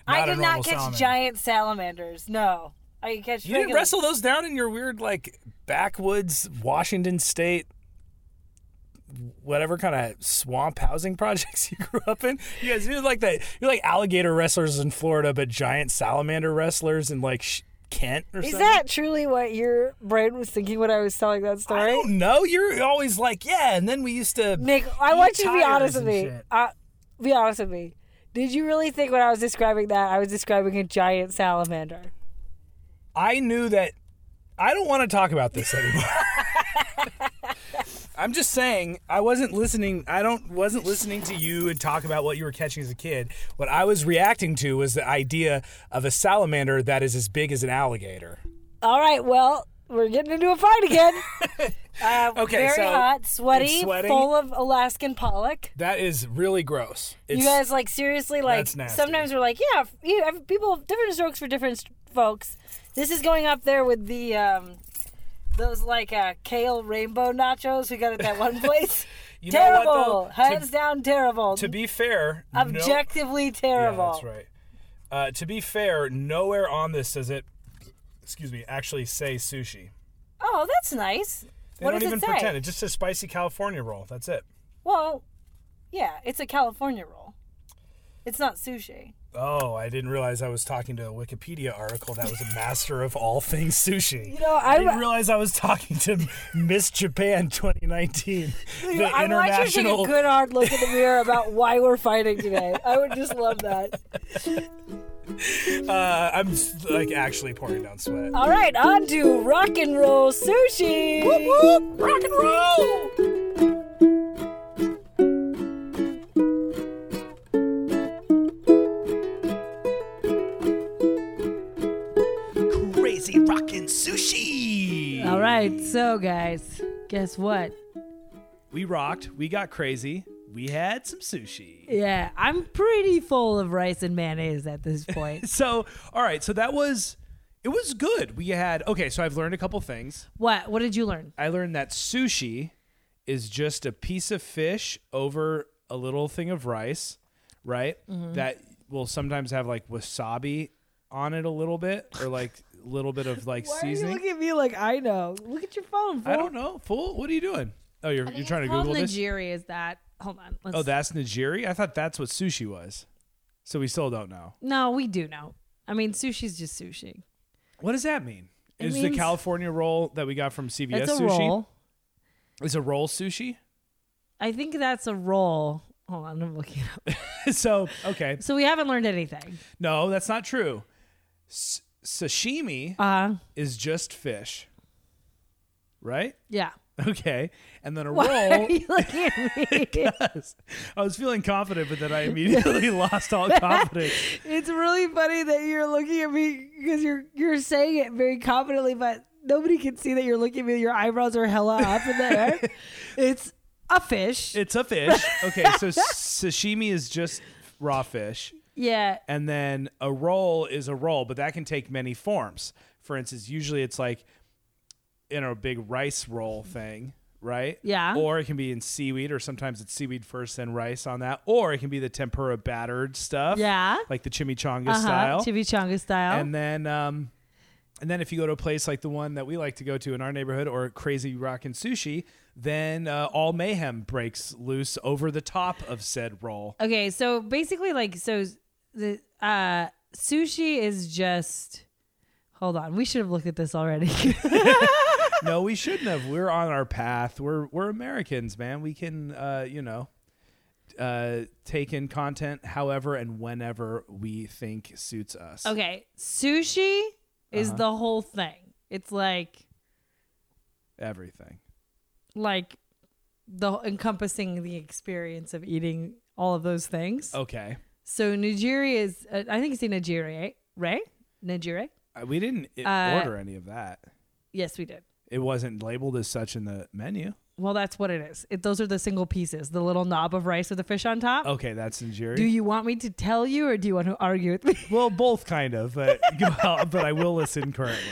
S2: I
S1: a
S2: did
S1: normal
S2: not catch
S1: salamander.
S2: giant salamanders. No, I catch.
S1: You didn't
S2: regular-
S1: wrestle those down in your weird like backwoods Washington State whatever kind of swamp housing projects you grew up in. You guys you're like that you're like alligator wrestlers in Florida but giant salamander wrestlers in like sh- Kent or
S2: Is
S1: something.
S2: that truly what your brain was thinking when I was telling that story?
S1: I don't know. You're always like, yeah, and then we used to
S2: Nick, I
S1: eat
S2: want you to be
S1: tires
S2: honest with
S1: and
S2: me.
S1: shit.
S2: Uh, be honest with me. Did you really think when I was describing that I was describing a giant salamander?
S1: I knew that I don't want to talk about this anymore. I'm just saying I wasn't listening I don't wasn't listening to you and talk about what you were catching as a kid. What I was reacting to was the idea of a salamander that is as big as an alligator.
S2: All right, well, we're getting into a fight again. uh,
S1: Okay,
S2: very
S1: so
S2: hot, sweaty,
S1: it's sweating.
S2: full of Alaskan pollock.
S1: That is really gross. It's,
S2: you guys like seriously like
S1: That's nasty.
S2: sometimes we're like, yeah, f- you have people different strokes for different st- folks. This is going up there with the um those like uh, kale rainbow nachos we got at that one place.
S1: you know what,
S2: terrible,
S1: though?
S2: hands
S1: To,
S2: down terrible.
S1: to be fair, no-
S2: objectively terrible.
S1: Yeah, that's right. Uh, to be fair, nowhere on this does it excuse me, actually say sushi.
S2: Oh, that's nice.
S1: They
S2: what
S1: don't
S2: does
S1: even
S2: it say?
S1: pretend. It just says spicy California roll. That's it.
S2: Well, yeah, it's a California roll. It's not sushi.
S1: Oh, I didn't realize I was talking to a Wikipedia article that was a master of all things sushi.
S2: You know,
S1: I
S2: I,
S1: didn't realize I was talking to Miss Japan 2019, the
S2: you know, I want you to take a
S1: international.
S2: good hard look in the mirror about why we're fighting today. I would just love that.
S1: uh, I'm like actually pouring down sweat.
S2: All right, on to rock and roll sushi.
S1: Whoop, rock and roll.
S2: So, guys, guess what?
S1: We rocked. We got crazy. We had some sushi.
S2: Yeah, I'm pretty full of rice and mayonnaise at this point.
S1: So, all right. So that was, it was good. We had, okay. So I've learned a couple things.
S2: what? What did you learn?
S1: I learned that sushi is just a piece of fish over a little thing of rice, right?
S2: Mm-hmm.
S1: That will sometimes have like wasabi on it a little bit or like a little bit of like seasoning.
S2: at me like I know? Look at your phone.
S1: I don't know. Fool, what are you doing? Oh, you're, you're trying to Google this?
S2: Nigeria is that? Hold on. Let's,
S1: Oh, that's Nigiri? I thought that's what sushi was. So we still don't know.
S2: No, we do know. I mean, sushi's just sushi.
S1: What does that mean?
S2: It
S1: Is the
S2: means-
S1: California roll that we got from CVS
S2: That's a
S1: sushi?
S2: roll.
S1: Is a roll sushi?
S2: I think that's a roll. Hold on, I'm looking it up.
S1: so, okay.
S2: So we haven't learned anything.
S1: No, that's not true. S- sashimi
S2: Uh,
S1: is just fish, right?
S2: yeah.
S1: Okay, and then a
S2: Why are
S1: roll.
S2: you looking at me?
S1: I was feeling confident, but then I immediately lost all confidence.
S2: It's really funny that you're looking at me because you're you're saying it very confidently, but nobody can see that you're looking at me. Your eyebrows are hella up in the air. It's a fish.
S1: It's a fish. Okay, so sashimi is just raw fish.
S2: yeah.
S1: and then a roll is a roll, but that can take many forms. For instance, usually it's like in a big rice roll thing, right?
S2: Yeah.
S1: Or it can be in seaweed, or sometimes it's seaweed first, then rice on that. Or it can be the tempura battered stuff,
S2: Yeah. Uh-huh.
S1: like the chimichanga style.
S2: Chimichanga style.
S1: and then, um, and then if you go to a place like the one that we like to go to in our neighborhood, or Crazy Rockin' Sushi, then uh, all mayhem breaks loose over the top of said roll.
S2: okay, so basically like so the uh sushi is just Hold on. We should have looked at this already.
S1: no, we shouldn't have. We're on our path. We're we're Americans, man. We can uh, you know, uh take in content however and whenever we think suits us.
S2: okay, sushi is the whole thing. It's like
S1: Everything.
S2: like the encompassing the experience of eating all of those things.
S1: Okay.
S2: So Nigeria is, uh, I think it's in Nigeria, right? Nigeria.
S1: Uh, We didn't i-
S2: Uh,
S1: order any of that.
S2: Yes, we did.
S1: It wasn't labeled as such in the menu.
S2: Well, that's what it is. It, those are the single pieces, the little knob of rice with the fish on top.
S1: Okay, that's injurious.
S2: Do you want me to tell you, or do you want to argue with me?
S1: well, both kind of, but well, but I will listen currently.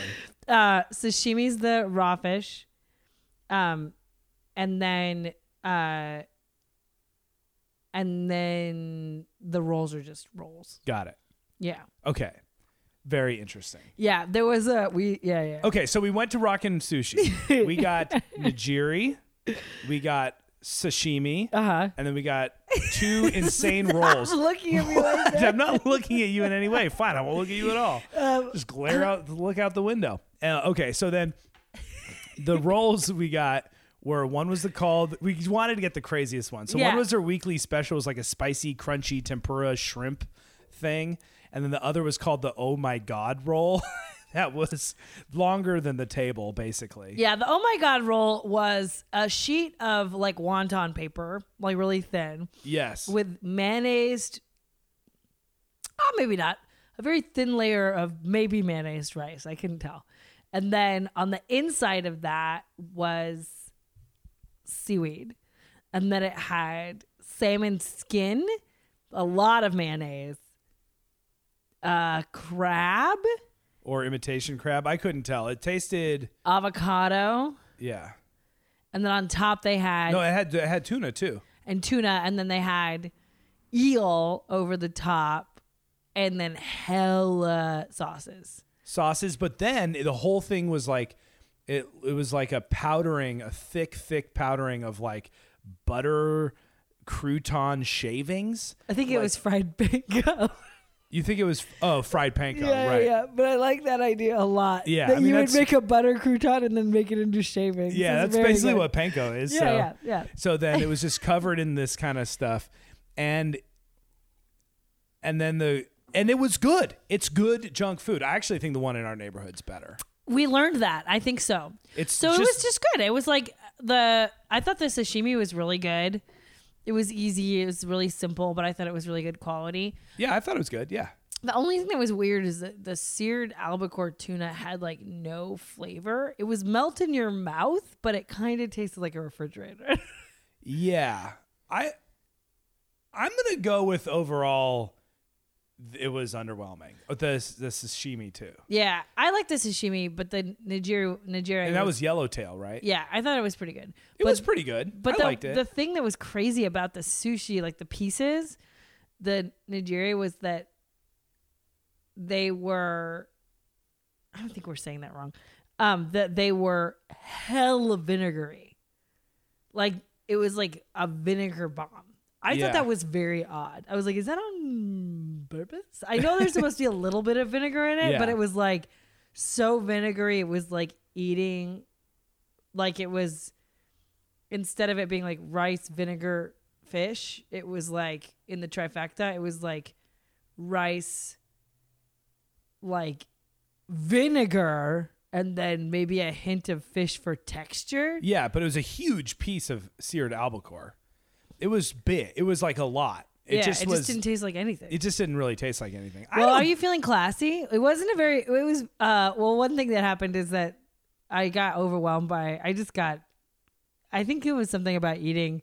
S2: Uh, sashimi's the raw fish, um, and then uh, and then the rolls are just rolls.
S1: Got it.
S2: Yeah,
S1: Okay. Very interesting.
S2: yeah. There was a we. Yeah, yeah.
S1: Okay, so we went to Rockin' Sushi. we got Nigiri, we got sashimi,
S2: Uh huh.
S1: and then we got two insane rolls.
S2: Looking at me like that.
S1: I'm not looking at you in any way. Fine, I won't look at you at all.
S2: Um,
S1: Just glare out, look out the window. Uh, okay, so then the rolls we got were one was the called we wanted to get the craziest one. So
S2: Yeah.
S1: one was their weekly special, it was like a spicy, crunchy tempura shrimp thing, and then the other was called the Oh My God roll. that was longer than the table, basically.
S2: Yeah, the oh my god roll was a sheet of like wonton paper, like really thin,
S1: Yes.
S2: with mayonnaise. Oh, maybe not. A very thin layer of maybe mayonnaise rice. I couldn't tell. And then on the inside of that was seaweed. And then it had salmon skin, a lot of mayonnaise, uh, crab,
S1: or imitation crab. I couldn't tell. It tasted
S2: avocado.
S1: yeah.
S2: And then on top they had
S1: No, it had it had tuna too.
S2: and tuna, and then they had eel over the top, and then hella sauces.
S1: sauces. But then the whole thing was like it it was like a powdering, a thick, thick powdering of like butter crouton shavings.
S2: I think it was fried panko.
S1: You think it was oh fried panko, right?
S2: But I like that idea a lot.
S1: Yeah, that I mean, you would that's- make
S2: a butter crouton and then make it into shavings.
S1: Yeah, that's basically what panko is.
S2: Yeah,
S1: so.
S2: yeah, yeah.
S1: So then it was just covered in this kind of stuff, and and then the and it was good. It's good junk food. I actually think the one in our neighborhood's better.
S2: we learned that. I think so.
S1: It's
S2: so it was
S1: just-
S2: just good. It was like the I thought the sashimi was really good. It was easy. It was really simple, but I thought it was really good quality.
S1: Yeah, I thought it was good. Yeah.
S2: The only thing that was weird is that the seared albacore tuna had like no flavor. It was melt in your mouth, but it kind of tasted like a refrigerator.
S1: Yeah. I I'm going to go with overall it was underwhelming. But the the sashimi too.
S2: yeah, I like the sashimi, but the Nigeria Nigeria
S1: And that was yellowtail, right?
S2: yeah, I thought it was pretty good.
S1: It
S2: but,
S1: was pretty good.
S2: but
S1: I
S2: the,
S1: liked it.
S2: the thing that was crazy about the sushi, like the pieces, the Nigeria was that they were I don't think we're saying that wrong. Um, that they were hella vinegary. Like it was like a vinegar bomb. I
S1: Yeah.
S2: thought that was very odd. I was like, is that on purpose? I know there's supposed to be a little bit of vinegar in it, but
S1: Yeah.
S2: it was like so vinegary. It was like eating like it was instead of it being like rice, vinegar, fish, it was like in the trifecta, it was like rice, like vinegar, and then maybe a hint of fish for texture.
S1: yeah, but it was a huge piece of seared albacore. It was big. It was like a lot. It
S2: yeah,
S1: just
S2: it
S1: was
S2: just didn't taste like anything.
S1: it just didn't really taste like anything. I
S2: well,
S1: don't-
S2: are you feeling classy? It wasn't a very. It was. Uh, well, one thing that happened is that I got overwhelmed by. I just got. I think it was something about eating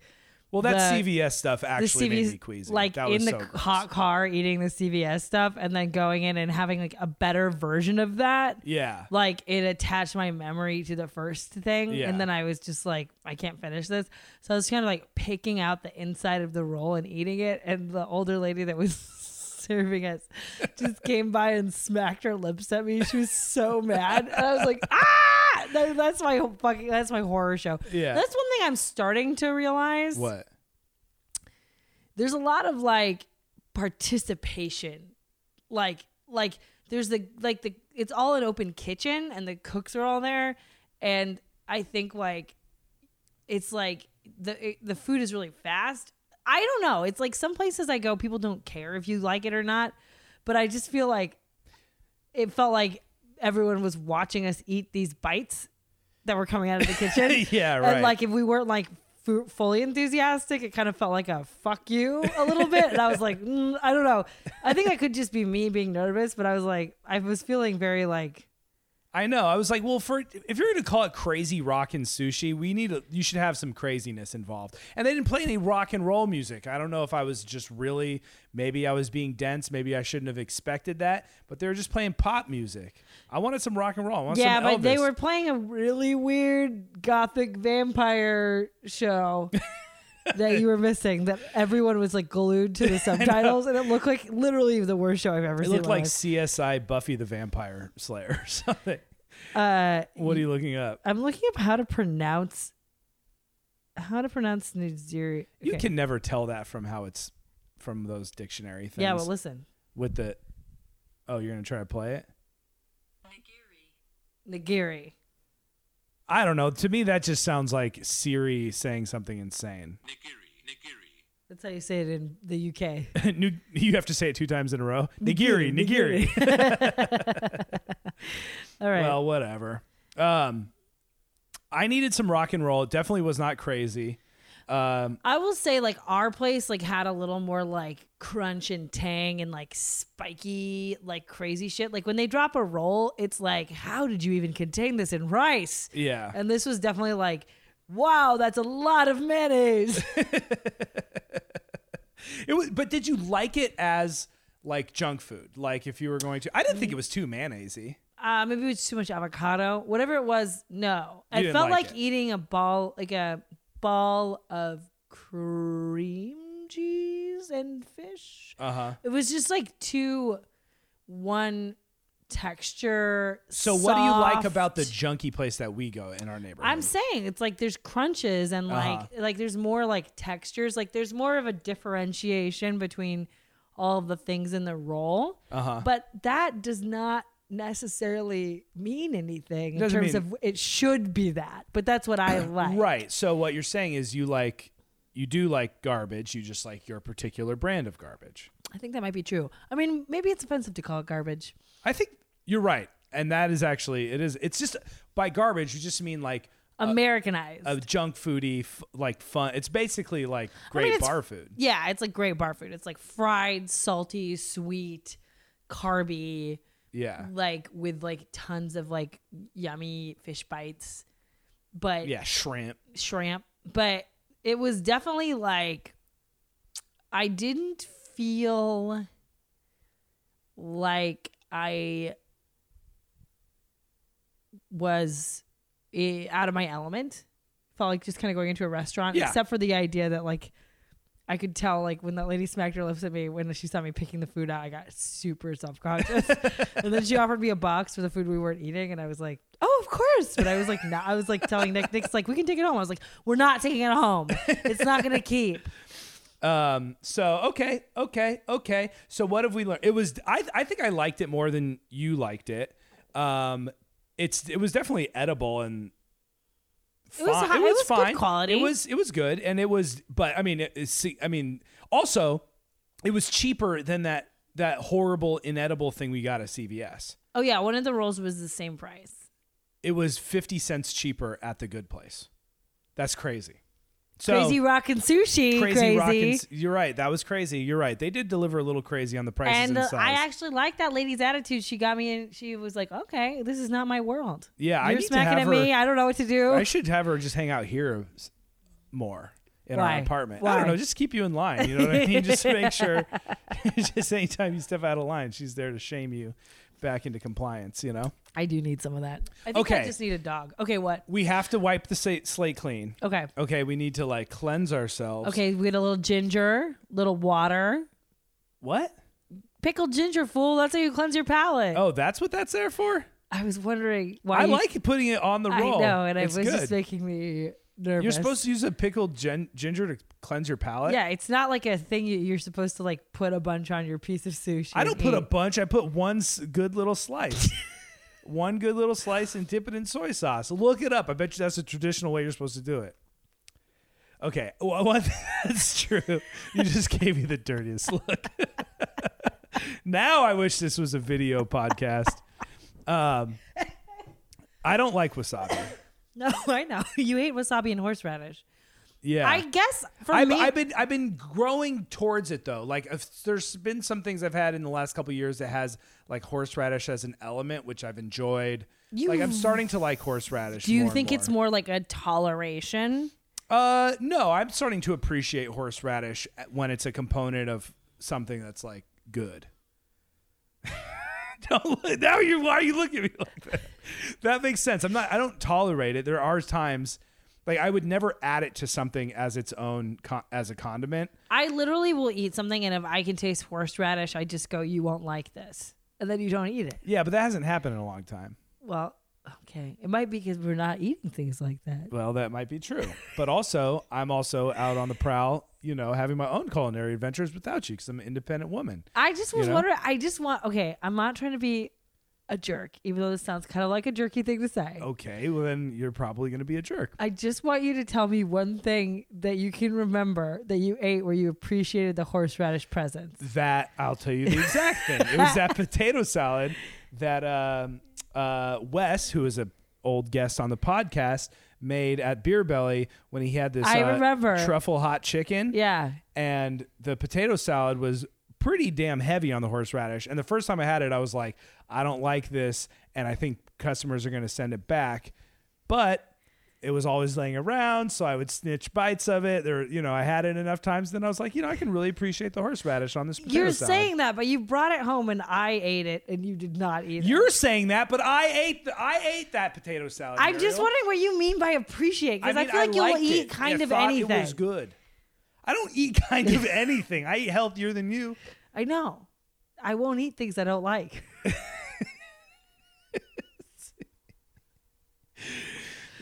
S1: Well, that
S2: the-
S1: CVS stuff
S2: the
S1: actually made
S2: CVS,
S1: me queasy.
S2: like
S1: that
S2: in
S1: was
S2: the
S1: so
S2: c-
S1: gross.
S2: hot car eating the CVS stuff, and then going in and having like a better version of that.
S1: Yeah.
S2: Like it attached my memory to the first thing,
S1: Yeah.
S2: and then I was just like, I can't finish this. So I was kind of like picking out the inside of the roll and eating it, and the older lady that was serving us just came by and smacked her lips at me. She was so mad, and I was like, ah. That- That's my fucking. That's my horror show.
S1: Yeah.
S2: That's one thing I'm starting to realize
S1: What?
S2: there's a lot of like participation like like there's the like the it's all an open kitchen and the cooks are all there and i think like it's like the it- the food is really fast i don't know it's like some places i go people don't care if you like it or not but i just feel like it felt like everyone was watching us eat these bites that were coming out of the kitchen
S1: Yeah, right.
S2: and like if we weren't like fu- fully enthusiastic, it kind of felt like a fuck you a little bit. And I was like, mm, I don't know. I think I could just be me being nervous, but I was like, I was feeling very like,
S1: I know. I was like, well, for if you're going to call it crazy rock and sushi, we need a, you should have some craziness involved. And they didn't play any rock and roll music. I don't know if I was just really maybe I was being dense, maybe I shouldn't have expected that, but they were just playing pop music. I wanted some rock and roll. I wanted
S2: yeah,
S1: some
S2: but they
S1: Elvis.
S2: were playing a really weird gothic vampire show. that you were missing that everyone was like glued to the subtitles and it looked like literally the worst show I've ever
S1: It
S2: seen. in
S1: looked
S2: my
S1: like
S2: life.
S1: CSI Buffy the Vampire Slayer or something.
S2: uh
S1: What are you looking up?
S2: I'm looking up how to pronounce how to pronounce Nigeria.
S1: You
S2: okay.
S1: can never tell that from how it's from those dictionary things.
S2: Yeah, well listen.
S1: with the Oh, you're going to try to play it?
S2: Nigiri.
S1: I don't know. To me, that just sounds like Siri saying something insane.
S2: That's how you say it in the UK.
S1: Nu- you have to say it two times in a row. Nigiri, nigiri.
S2: All right.
S1: Well, whatever. Um, I needed some rock and roll. It definitely was not crazy. Um,
S2: I will say like our place like had a little more like crunch and tang and like spiky like crazy shit. Like when they drop a roll, it's like how did you even contain this in rice?
S1: yeah.
S2: And this was definitely like wow, that's a lot of mayonnaise.
S1: It was, but did you like it as like junk food? Like if you were going to, I didn't think it was too mayonnaisey.
S2: uh, maybe it was too much avocado. Whatever it was, no.
S1: You
S2: I
S1: didn't
S2: felt
S1: like
S2: like
S1: it.
S2: eating a ball, like a ball of cream cheese and fish.
S1: Uh huh.
S2: It was just like two, one texture.
S1: So what do you like
S2: soft-
S1: about the junky place that we go in our neighborhood?
S2: I'm saying it's like there's crunches and like
S1: Uh-huh.
S2: like there's more like textures. Like there's more of a differentiation between all of the things in the roll.
S1: Uh-huh.
S2: But that does not necessarily mean anything in
S1: Doesn't
S2: terms
S1: mean-
S2: of it should be that. But that's what I like.
S1: Right. So what you're saying is you like you do like garbage, you just like your particular brand of garbage.
S2: I think that might be true. I mean, maybe it's offensive to call it garbage.
S1: I think you're right. And that is actually it is it's just by garbage you just mean like
S2: Americanized.
S1: a junk foodie f- like fun. It's basically like
S2: I mean,
S1: great
S2: it's-
S1: bar food.
S2: Yeah, it's like great bar food. It's like fried, salty, sweet, carby,
S1: Yeah.
S2: like with like tons of like yummy fish bites, but
S1: Yeah. Shrimp.
S2: shrimp. But it was definitely like I didn't feel like I was eh, out of my element. Felt like just kind of going into a restaurant,
S1: Yeah.
S2: except for the idea that like I could tell like when that lady smacked her lips at me when she saw me picking the food out, I got super self conscious. and then she offered me a box for the food we weren't eating, and I was like, "Oh, of course!" But I was like, "No," I was like telling Nick, Nick's like, "We can take it home." I was like, "We're not taking it home. It's not gonna keep."
S1: Um. So okay, okay, okay. So what have we learned? It was I. I think I liked it more than you liked it. Um. It's it was definitely edible and.
S2: It was
S1: fine-
S2: hi- it was good
S1: fine.
S2: quality.
S1: It was it was good and it was but I mean it, it's- see I mean also it was cheaper than that that horrible inedible thing we got at CVS.
S2: Oh yeah, one of the rolls was the same price.
S1: It was 50 cents cheaper at the good place. That's crazy. So
S2: crazy rockin'
S1: crazy,
S2: sushi, crazy.
S1: rockin' s- You're right. That was crazy. You're right. They did deliver a little crazy on the prices and,
S2: and uh,
S1: size.
S2: I actually like that lady's attitude. She got me, and she was like, "Okay, this is not my world."
S1: Yeah, I
S2: you're
S1: need to have
S2: smacking at
S1: her-
S2: me. I don't know what to do.
S1: I should have her just hang out here s- more in
S2: Why?
S1: our apartment. I
S2: Why?
S1: don't know. Just keep you in line. You know what I mean? just make sure. just anytime you step out of line, she's there to shame you back into compliance. You know,
S2: I do need some of that. I think
S1: Okay.
S2: I just need a dog. Okay, what?
S1: we have to wipe the sa- slate clean.
S2: Okay.
S1: Okay, we need to like cleanse ourselves.
S2: Okay, we had a little ginger, little water.
S1: what?
S2: Pickled ginger, fool. That's how you cleanse your palate.
S1: Oh, that's what that's there for.
S2: I was wondering why.
S1: I
S2: you-
S1: like putting it on the
S2: I
S1: roll.
S2: know, and it
S1: It's
S2: was
S1: good.
S2: just making me nervous.
S1: You're supposed to use a pickled gin- ginger to cleanse your palate.
S2: Yeah, it's not like a thing you, you're supposed to like put a bunch on your piece of sushi.
S1: I don't
S2: and
S1: put a
S2: eat.
S1: bunch. I put one s- good little slice. one good little slice and dip it in soy sauce. Look it up. I bet you that's the traditional way you're supposed to do it. Okay. Well, one- that's true. You just gave me the dirtiest look. now I wish this was a video podcast. Um, I don't like wasabi.
S2: No, I know you ate wasabi and horseradish.
S1: Yeah.
S2: I guess for
S1: I've,
S2: me,
S1: I've been I've been growing towards it though. Like if there's been some things I've had in the last couple years that has like horseradish as an element, which I've enjoyed.
S2: You-
S1: like I'm starting to like horseradish.
S2: do you
S1: more and
S2: think it's more like a toleration?
S1: Uh, no, I'm starting to appreciate horseradish when it's a component of something that's like good. Don't look, now you why are you looking at me like that? That makes sense. I'm not. I don't tolerate it. There are times. Like I would never add it to something as its own con- as a condiment.
S2: I literally will eat something, and if I can taste horseradish, I just go, "You won't like this," and then you don't eat it.
S1: Yeah, but that hasn't happened in a long time.
S2: Well, okay, it might be because we're not eating things like that.
S1: Well, that might be true. But also, I'm also out on the prowl, you know, having my own culinary adventures without you because I'm an independent woman.
S2: I just was
S1: know?
S2: wondering. I just want. Okay, I'm not trying to be a jerk, even though this sounds kind of like a jerky thing to say.
S1: Okay, well, then you're probably going to be a jerk.
S2: I just want you to tell me one thing that you can remember that you ate where you appreciated the horseradish presence.
S1: That, I'll tell you the exact thing. It was that potato salad that um, uh, Wes, who is a old guest on the podcast, made at Beer Belly when he had this
S2: I
S1: uh,
S2: remember.
S1: truffle hot chicken.
S2: Yeah.
S1: and the potato salad was pretty damn heavy on the horseradish. And the first time I had it, I was like, I don't like this, and I think customers are going to send it back. But it was always laying around, so I would snitch bites of it. There, you know, I had it enough times. Then I was like, you know, I can really appreciate the horseradish on this potato
S2: You're
S1: salad.
S2: saying that, but you brought it home and I ate it and you did not eat it.
S1: you're saying that, but I ate the, I ate that potato salad.
S2: I'm just
S1: Ariel.
S2: wondering what you mean by appreciate because I,
S1: mean,
S2: feel like
S1: liked
S2: you'll eat
S1: it.
S2: kind
S1: I
S2: of
S1: thought
S2: anything.
S1: It was good. I don't eat kind of anything. I eat healthier than you.
S2: I know. I won't eat things I don't like.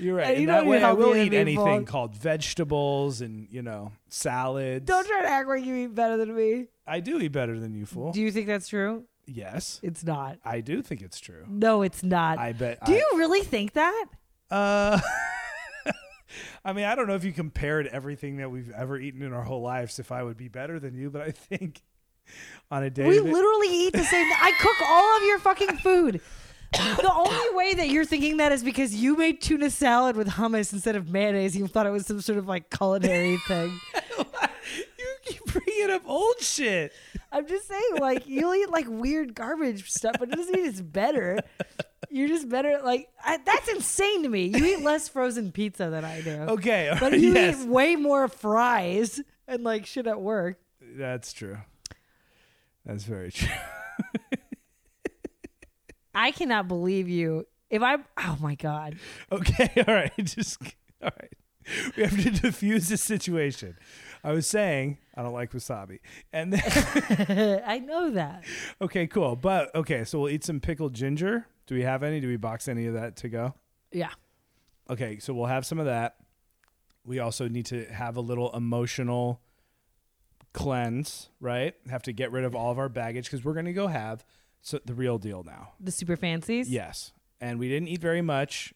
S1: You're
S2: And
S1: right.
S2: you
S1: In
S2: don't
S1: that
S2: eat
S1: way, I will
S2: healthier
S1: eat
S2: than people.
S1: anything called vegetables and you know salads.
S2: Don't try to act like you eat better than me.
S1: I do eat better than you, fool.
S2: Do you think that's true?
S1: yes,
S2: It's not.
S1: I do think it's true.
S2: No, it's not.
S1: I bet.
S2: Do
S1: I,
S2: you really think that?
S1: Uh, I mean, I don't know if you compared everything that we've ever eaten in our whole lives. If I would be better than you, but I think on a day
S2: We
S1: that-
S2: literally eat the same. I cook all of your fucking food. The only way that you're thinking that is because you made tuna salad with hummus instead of mayonnaise. You thought it was some sort of like culinary thing.
S1: you keep bringing up old shit.
S2: I'm just saying, like you'll eat like weird garbage stuff, but it doesn't mean it's better. You're just better. at, Like I, that's insane to me. You eat less frozen pizza than I do.
S1: Okay, all
S2: But
S1: right,
S2: you
S1: yes,
S2: eat way more fries and like shit at work.
S1: that's true. That's very true.
S2: I cannot believe you. If I, oh my god,
S1: Okay, all right. Just all right. We have to diffuse the situation. I was saying I don't like wasabi, and then,
S2: I know that.
S1: okay, cool. But okay, so we'll eat some pickled ginger. Do we have any? Do we box any of that to go?
S2: Yeah,
S1: Okay, so we'll have some of that. We also need to have a little emotional cleanse, right? Have to get rid of all of our baggage because we're gonna go have so the real deal now.
S2: the super fancies.
S1: Yes. And we didn't eat very much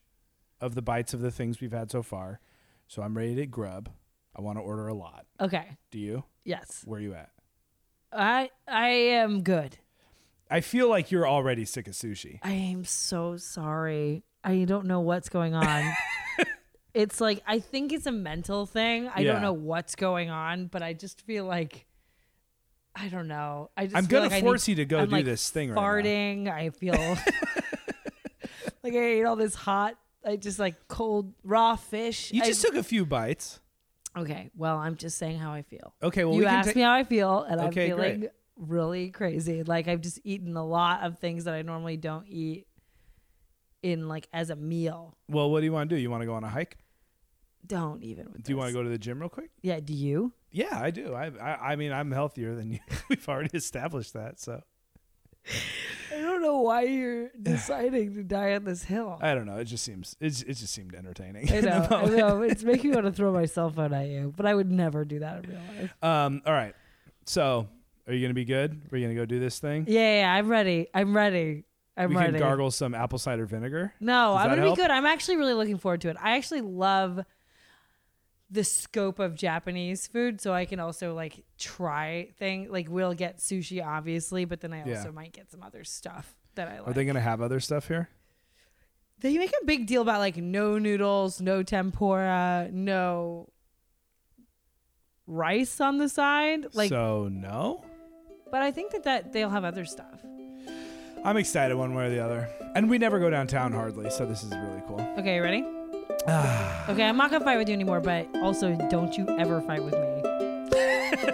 S1: of the bites of the things we've had so far. So I'm ready to grub. I want to order a lot.
S2: Okay.
S1: Do you?
S2: Yes.
S1: Where you at?
S2: I I am good.
S1: I feel like you're already sick of sushi.
S2: I am so sorry. I don't know what's going on. it's like I think it's a mental thing. I
S1: Yeah.
S2: don't know what's going on, but I just feel like I don't know. I just
S1: I'm
S2: feel
S1: gonna
S2: like I
S1: force
S2: need-
S1: you to go
S2: I'm,
S1: do
S2: like,
S1: this thing right now.
S2: farting. I feel like I ate all this hot. I just like cold raw fish.
S1: You
S2: I-
S1: just took a few bites.
S2: okay. Well, I'm just saying how I feel.
S1: Okay, well
S2: you
S1: we can
S2: asked
S1: take
S2: me how I feel, and
S1: Okay,
S2: I'm feeling
S1: great.
S2: really crazy. Like I've just eaten a lot of things that I normally don't eat in like as a meal.
S1: Well, what do you want to do? You want to go on a hike?
S2: Don't even. With
S1: Do you want to
S2: this.
S1: go to the gym real quick?
S2: Yeah. Do you?
S1: Yeah, I do. I I, I mean, I'm healthier than you. We've already established that, so
S2: I don't know why you're deciding to die on this hill.
S1: I don't know. It just seems it, it just seemed entertaining.
S2: I
S1: in the
S2: know, I
S1: moment.
S2: know. It's making me want to throw my cell phone at you, but I would never do that in real life.
S1: Um. All right. So, are you gonna be good? Are you gonna go do this thing?
S2: Yeah, yeah, yeah, I'm ready. I'm ready. I'm
S1: we
S2: ready.
S1: can gargle some apple cider vinegar.
S2: No,
S1: Does
S2: I'm
S1: that
S2: gonna
S1: help?
S2: be good. I'm actually really looking forward to it. I actually love the scope of Japanese food, so I can also like try thing. Like we'll get sushi, obviously, but then I
S1: Yeah.
S2: also might get some other stuff that I like.
S1: Are they gonna have other stuff here?
S2: They make a big deal about like no noodles, no tempura, no rice on the side. Like,
S1: so no.
S2: but I think that that they'll have other stuff.
S1: I'm excited one way or the other. And we never go downtown hardly, so this is really cool.
S2: Okay, ready? okay, I'm not gonna fight with you anymore, but also don't you ever fight with me.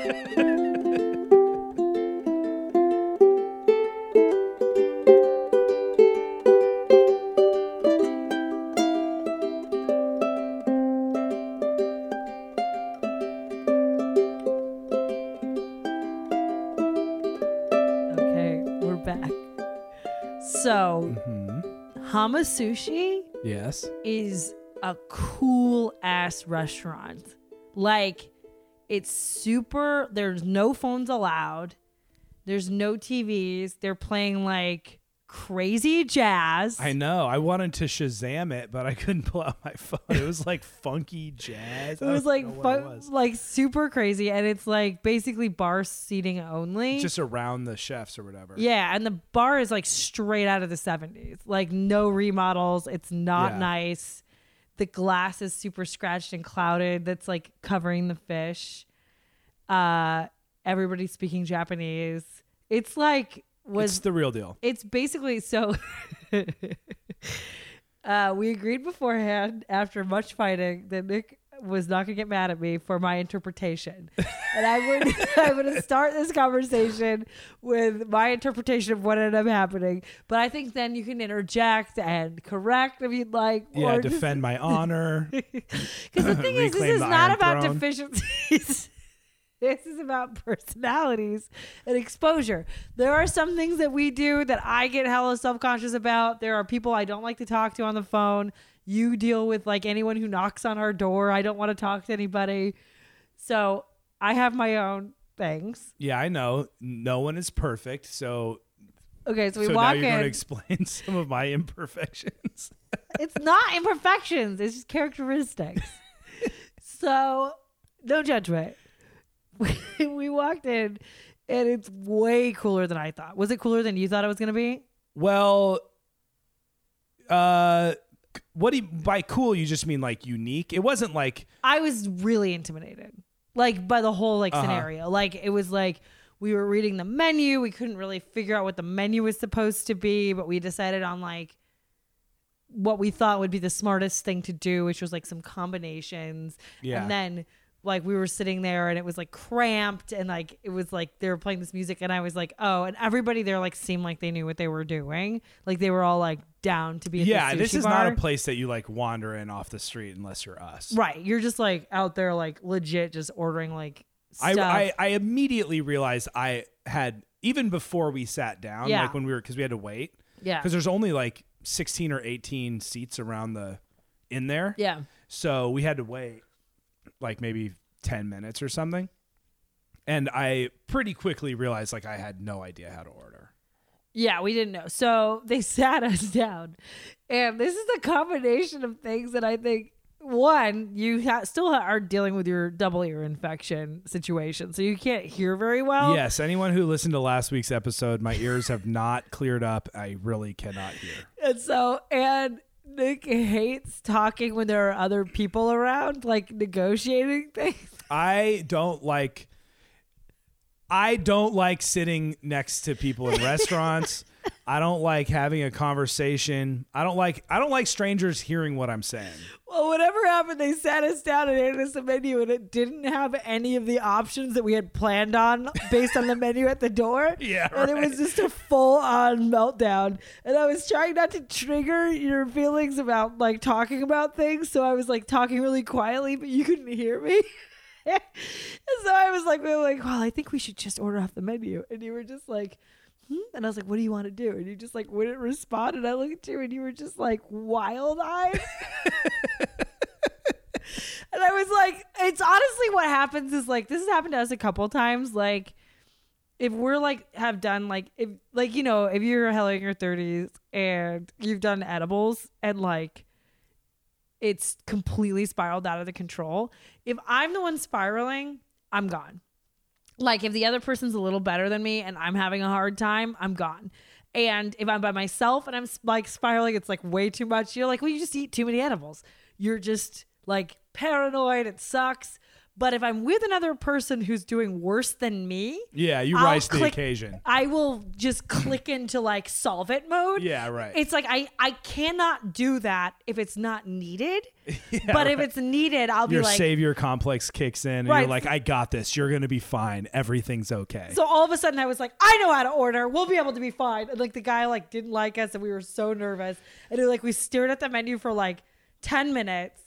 S2: Okay, we're back. So, Hama Sushi
S1: Yes.
S2: is a cool ass restaurant. Like, it's super, there's no phones allowed, there's no TVs. They're playing like crazy jazz.
S1: I know. I wanted to Shazam it, but I couldn't pull out my phone. It was like funky jazz.
S2: it was like
S1: fun.
S2: fu- like super crazy and it's like basically bar seating only.
S1: just around the chefs or whatever.
S2: yeah, and the bar is like straight out of the 70s. Like no remodels, it's not
S1: Yeah.
S2: nice. The glass is super scratched and clouded that's like covering the fish. Uh everybody's speaking Japanese. It's like was
S1: it's the real deal.
S2: it's basically so uh, we agreed beforehand after much fighting that Nick was not gonna get mad at me for my interpretation. And I would I would start this conversation with my interpretation of what ended up happening. But I think then you can interject and correct if you'd like.
S1: Yeah,
S2: or just-
S1: defend my honor.
S2: because the thing is, this
S1: Reclaim
S2: is
S1: the
S2: not
S1: Iron
S2: about
S1: Throne.
S2: deficiencies. this is about personalities and exposure. There are some things that we do that I get hella self conscious about. There are people I don't like to talk to on the phone. You deal with like anyone who knocks on our door. I don't want to talk to anybody. So I have my own things.
S1: yeah, I know. No one is perfect, so
S2: Okay, so we
S1: so now
S2: walk
S1: you're going to
S2: in.
S1: explain some of my imperfections.
S2: it's not imperfections. It's just characteristics. so, no judgment. we walked in, and it's way cooler than I thought. Was it cooler than you thought it was gonna be?
S1: well, uh, c- what do you, by cool you just mean like unique? It wasn't like
S2: I was really intimidated, like by the whole like
S1: Uh-huh.
S2: scenario. Like it was like we were reading the menu. We couldn't really figure out what the menu was supposed to be, but we decided on like what we thought would be the smartest thing to do, which was like some combinations.
S1: Yeah.
S2: And then like we were sitting there and it was like cramped and like it was like they were playing this music and I was like, oh, and everybody there like seemed like they knew what they were doing. Like they were all like down to be at the
S1: yeah, this
S2: sushi
S1: is
S2: bar.
S1: not a place that you like wander in off the street unless you're us.
S2: Right. You're just like out there like legit just ordering like
S1: I,
S2: stuff.
S1: I I immediately realized I had even before we sat down,
S2: Yeah.
S1: like when we were because we had to wait
S2: yeah.
S1: because there's only like 16 or 18 seats around the in there.
S2: Yeah.
S1: So we had to wait like maybe 10 minutes or something. And I pretty quickly realized like I had no idea how to order.
S2: Yeah, we didn't know. So they sat us down. And this is a combination of things that I think one, you ha- still ha- are dealing with your double ear infection situation. So you can't hear very well.
S1: Yes, anyone who listened to last week's episode, my ears have not cleared up. I really cannot hear.
S2: And so, and Nick hates talking when there are other people around, like negotiating things.
S1: I don't like I don't like sitting next to people in restaurants. I don't like having a conversation. I don't like I don't like strangers hearing what I'm saying.
S2: Well, whatever happened, they sat us down and handed us a menu, and it didn't have any of the options that we had planned on based on the menu at the door.
S1: Yeah,
S2: And it was just a full on meltdown. And I was trying not to trigger your feelings about like talking about things. So I was like talking really quietly, but you couldn't hear me. and so I was like, we were like, well, I think we should just order off the menu. And you were just like, hmm? And I was like, what do you want to do? And you just like wouldn't respond. And I looked at you and you were just like wild eyed. And I was like, it's honestly what happens is like this has happened to us a couple times. Like, if we're like have done like if like you know if you're hella in your thirties and you've done edibles and like it's completely spiraled out of the control. If I'm the one spiraling, I'm gone. Like if the other person's a little better than me and I'm having a hard time, I'm gone. And if I'm by myself and I'm like spiraling, it's like way too much. You're like, well, you just eat too many edibles. You're just like paranoid. It sucks. But if I'm with another person who's doing worse than me,
S1: Yeah, you
S2: I'll
S1: rise to the
S2: click-
S1: occasion.
S2: I will just click into like solve it mode.
S1: Yeah, right.
S2: It's like I I cannot do that if it's not needed. but if it's needed, I'll
S1: Your
S2: be like
S1: savior complex kicks in and
S2: Right.
S1: you're like, I got this. You're gonna be fine. Everything's okay.
S2: so all of a sudden I was like, I know how to order. We'll be able to be fine. And like the guy like didn't like us and we were so nervous. And it, like we stared at the menu for like 10 minutes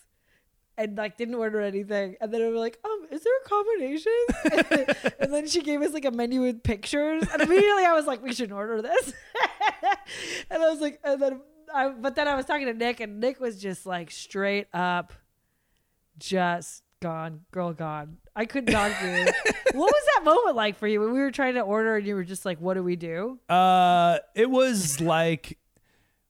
S2: and like didn't order anything. And then we were like, um, is there a combination? and then she gave us like a menu with pictures. And immediately I was like, we should order this. and I was like, and then I, but then I was talking to Nick and Nick was just like straight up just gone, girl gone. I could not do. what was that moment like for you when we were trying to order and you were just like, what do we do?
S1: Uh, it was like,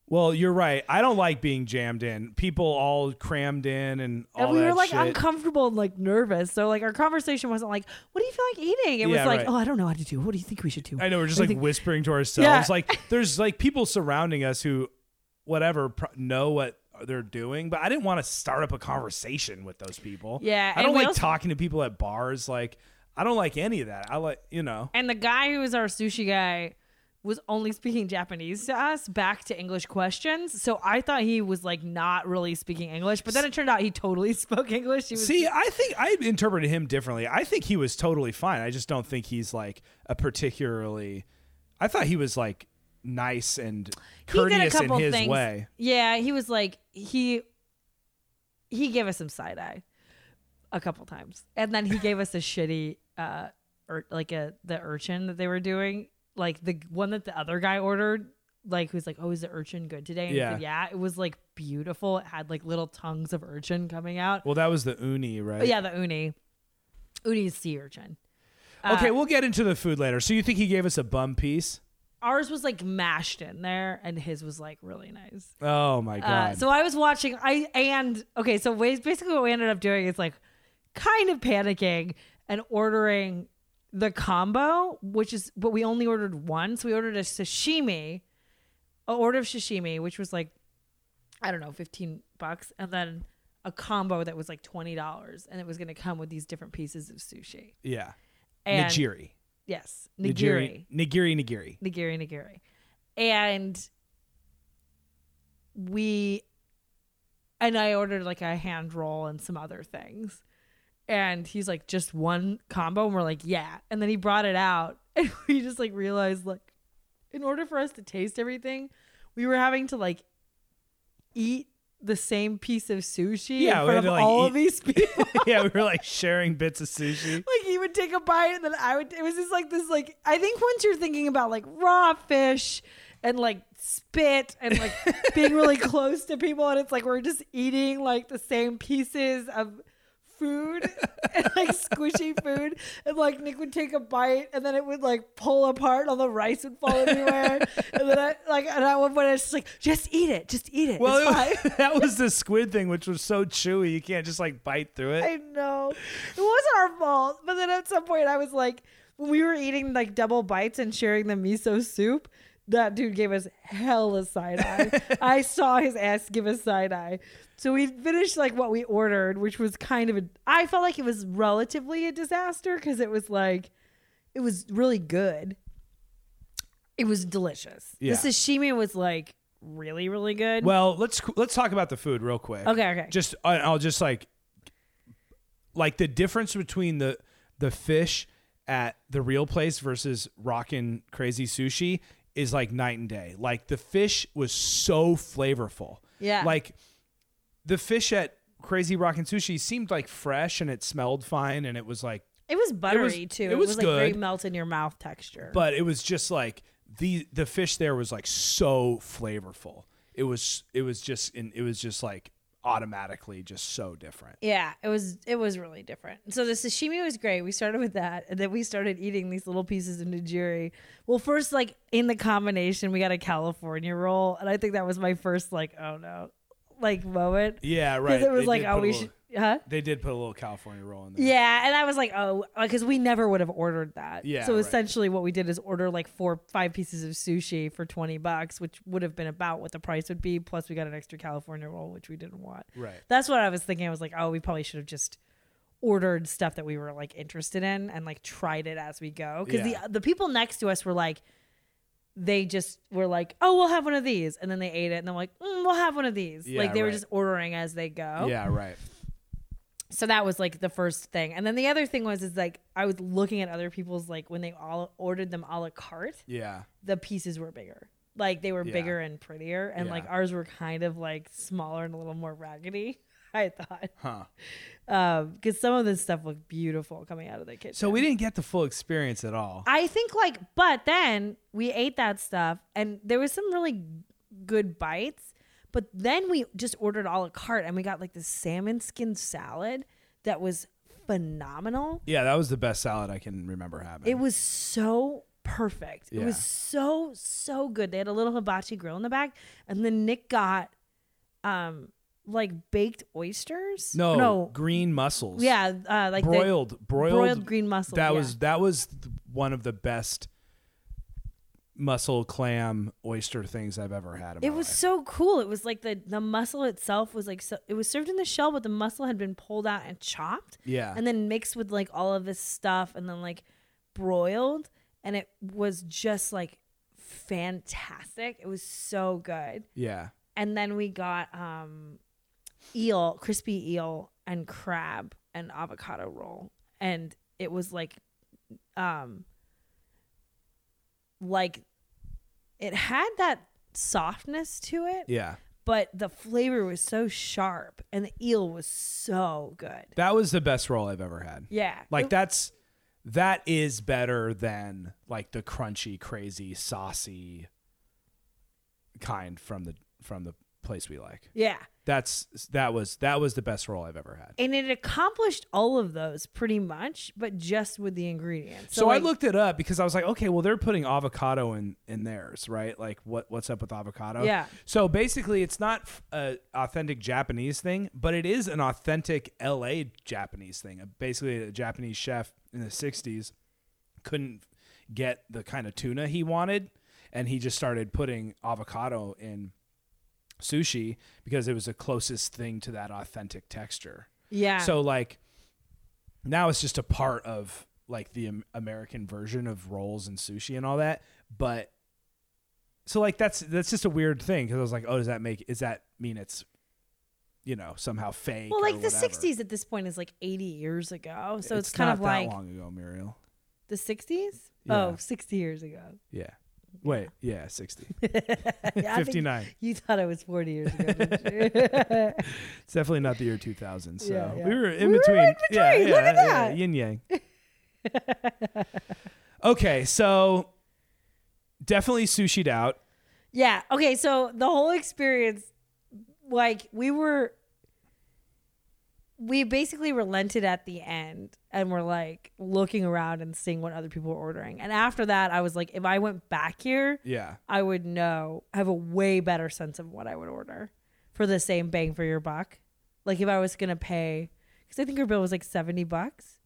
S1: well, you're right. I don't like being jammed in. People all crammed in and all
S2: and we
S1: that
S2: were like
S1: shit.
S2: uncomfortable and like nervous. So like our conversation wasn't like, what do you feel like eating? It
S1: Yeah,
S2: was like,
S1: right.
S2: oh, I don't know how to do. What do you think we should do?
S1: I know we're just
S2: What
S1: like
S2: do you think-
S1: whispering to ourselves.
S2: Yeah.
S1: Like there's like people surrounding us who, whatever, pro- know what they're doing. But I didn't want to start up a conversation with those people.
S2: Yeah,
S1: I
S2: and
S1: don't
S2: we
S1: like
S2: also-
S1: talking to people at bars. Like I don't like any of that. I like you know.
S2: and the guy who was our sushi guy was only speaking Japanese to us back to English questions. So I thought he was like not really speaking English, but then it turned out he totally spoke English. He was
S1: See, I think I interpreted him differently. I think he was totally fine. I just don't think he's like a particularly. I thought he was like nice and courteous in his way.
S2: Yeah, he was like he he gave us some side eye a couple times, and then he gave us a shitty uh or like a the urchin that they were doing, like the one that the other guy ordered. Like who's like, oh, is the urchin good today? And he said, yeah, it was like beautiful. It had like little tongues of urchin coming out.
S1: Well, that was the uni, right?
S2: But yeah, the uni, uni is sea urchin. uh,
S1: Okay, we'll get into the food later. So you think he gave us a bum piece?
S2: Ours was like mashed in there, and his was like really nice.
S1: Oh my god!
S2: Uh, so I was watching. I and okay, so wa- basically what we ended up doing is like kind of panicking and ordering the combo, which is but we only ordered one. So we ordered a sashimi, a order of sashimi, which was like I don't know, fifteen bucks, and then a combo that was like twenty dollars, and it was going to come with these different pieces of sushi.
S1: yeah,
S2: And
S1: Nigiri.
S2: Yes, nigiri,
S1: Nigiri, nigiri.
S2: nigiri, nigiri, and we and I ordered like a hand roll and some other things, and he's like, just one combo, and we're like, yeah, and then he brought it out, and we just like realized like, in order for us to taste everything, we were having to like eat the same piece of sushi
S1: Yeah, we
S2: in front
S1: had
S2: of
S1: to, like,
S2: all
S1: eat-
S2: of these people.
S1: yeah, we were like sharing bits of sushi.
S2: like he would take a bite and then I would it was just like this like I think once you're thinking about like raw fish and like spit and like being really close to people and it's like we're just eating like the same pieces of food and like squishy food and like Nick would take a bite and then it would like pull apart all the rice would fall everywhere and then I like and at one point I was just like just eat it just eat it
S1: Well,
S2: it's fine.
S1: it was- that was the squid thing, which was so chewy. You can't just like bite through it.
S2: I know. It was our fault. But then at some point I was like, when we were eating like double bites and sharing the miso soup, that dude gave us hella side eye. I saw his ass give us side eye. So we finished like what we ordered, which was kind of a I felt like it was relatively a disaster because it was like it was really good. It was delicious.
S1: Yeah.
S2: The sashimi was like really, really good.
S1: Well, let's let's talk about the food real quick.
S2: Okay, okay.
S1: Just I- I'll just like like the difference between the the fish at the real place versus rockin' crazy sushi is like night and day. Like the fish was so flavorful.
S2: Yeah.
S1: Like the fish at Crazy Rockin' Sushi seemed like fresh and it smelled fine and it was like
S2: it was buttery too.
S1: it
S2: It was,
S1: was
S2: like very
S1: good.
S2: melt in your mouth texture.
S1: but it was just like the the fish there was like so flavorful. It was it was just in it was just like automatically just so different.
S2: Yeah, it was it was really different. So the sashimi was great. We started with that, and then we started eating these little pieces of nigiri. Well, first, like in the combination, we got a California roll, and I think that was my first like oh no, like moment.
S1: Yeah, right.
S2: 'Cause it was
S1: They
S2: like
S1: did
S2: oh
S1: put a
S2: we
S1: little-
S2: should huh.
S1: They did put a little California roll in there.
S2: Yeah, and I was like, oh, because we never would have ordered that.
S1: Yeah,
S2: So
S1: right.
S2: essentially, what we did is order like four, five pieces of sushi for twenty bucks, which would have been about what the price would be. Plus, we got an extra California roll, which we didn't want.
S1: Right.
S2: That's what I was thinking. I was like, oh, we probably should have just ordered stuff that we were like interested in and like tried it as we go. Because
S1: Yeah.
S2: the the people next to us were like, they just were like, oh, we'll have one of these, and then they ate it, and they're like, mm, we'll have one of these.
S1: Yeah,
S2: like they were
S1: right.
S2: just ordering as they go.
S1: Yeah, right.
S2: So that was like the first thing. And then the other thing was is like I was looking at other people's like when they all ordered them a la carte,
S1: Yeah.
S2: the pieces were bigger. Like they were
S1: Yeah.
S2: bigger and prettier and like
S1: Yeah.
S2: ours were kind of like smaller and a little more raggedy. I thought
S1: Huh.
S2: because some of this stuff looked beautiful coming out of the kitchen.
S1: So we didn't get the full experience at all.
S2: I think like, but then we ate that stuff, and there was some really good bites. But then we just ordered a la carte, and we got like this salmon skin salad that was phenomenal.
S1: yeah, that was the best salad I can remember having.
S2: It was so perfect. It was
S1: Yeah.
S2: so so good. They had a little hibachi grill in the back, and then Nick got um like baked oysters.
S1: no, green mussels.
S2: yeah, uh, like the
S1: broiled, broiled,
S2: broiled green mussels.
S1: That
S2: yeah.
S1: was that was th- one of the best mussel clam oyster things I've ever had. In
S2: It
S1: my
S2: was
S1: life.
S2: so cool. It was like the the mussel itself was like so, it was served in the shell, but the mussel had been pulled out and chopped,
S1: yeah,
S2: and then mixed with like all of this stuff, and then like broiled, and it was just like fantastic. It was so good.
S1: yeah,
S2: And then we got um eel, crispy eel, and crab, and avocado roll, and it was like um like it had that softness to it
S1: yeah.
S2: but the flavor was so sharp and the eel was so good
S1: That was the best roll I've ever had.
S2: yeah
S1: Like that's that is better than like the crunchy, crazy, saucy kind from the from the place we like.
S2: yeah
S1: That's that was that was the best roll I've ever had.
S2: and it accomplished all of those pretty much but just with the ingredients
S1: So,
S2: like,
S1: I looked it up because I was like, okay, well they're putting avocado in in theirs, right? Like what what's up with avocado?
S2: Yeah.
S1: So basically, it's not an authentic Japanese thing, but it is an authentic LA Japanese thing. Uh, Basically, a Japanese chef in the '60s couldn't get the kind of tuna he wanted, and he just started putting avocado in sushi because it was the closest thing to that authentic texture.
S2: yeah
S1: So like now it's just a part of like the Am- American version of rolls and sushi and all that. But so like that's that's just a weird thing because I was like, oh, does that make is that mean it's you know somehow fake?
S2: Well, like
S1: or
S2: the
S1: whatever?
S2: '60s at this point is like 80 years ago, so it's,
S1: it's
S2: kind
S1: not
S2: of
S1: that
S2: like
S1: long ago, Muriel.
S2: the '60s.
S1: Yeah.
S2: Oh, 60 years ago.
S1: Yeah. Wait, yeah, 60.
S2: Yeah, I think
S1: 59.
S2: You thought it was 40 years ago. didn't you?
S1: It's definitely not the year 2000. So
S2: Yeah, yeah.
S1: we were in
S2: We were
S1: between.
S2: in
S1: Yeah,
S2: between. Look
S1: yeah,
S2: at
S1: yeah,
S2: that.
S1: Yin yang. okay, so definitely sushied out.
S2: yeah. Okay. So the whole experience, like we were, we basically relented at the end and were like looking around and seeing what other people were ordering. And after that, I was like, if I went back here,
S1: Yeah.
S2: I would know, have a way better sense of what I would order for the same bang for your buck. Like if I was gonna pay, because I think our bill was like seventy bucks.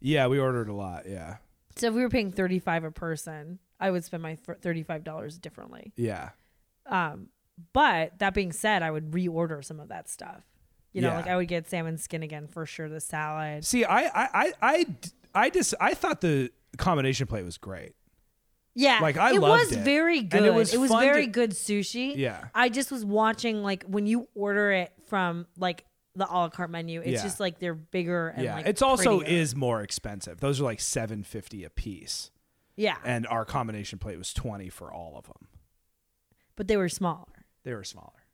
S1: Yeah, we ordered a lot. Yeah.
S2: So if we were paying thirty five a person, I would spend my thirty five dollars differently.
S1: Yeah.
S2: Um, but that being said, I would reorder some of that stuff. You know,
S1: Yeah.
S2: like I would get salmon skin again for sure. The salad.
S1: See, I I I I, I just I thought the combination plate was great.
S2: Yeah,
S1: Like, I
S2: it
S1: loved
S2: was
S1: it.
S2: very
S1: And
S2: good.
S1: it
S2: it
S1: was
S2: was,
S1: fun to-
S2: very good sushi.
S1: Yeah.
S2: I just was watching like when you order it from like the a la carte menu, it's
S1: Yeah.
S2: just like they're bigger and
S1: yeah.
S2: like
S1: it's also
S2: prettier.
S1: is more expensive. Those are like 750 a piece.
S2: yeah,
S1: And our combination plate was 20 for all of them.
S2: but they were smaller.
S1: They were smaller.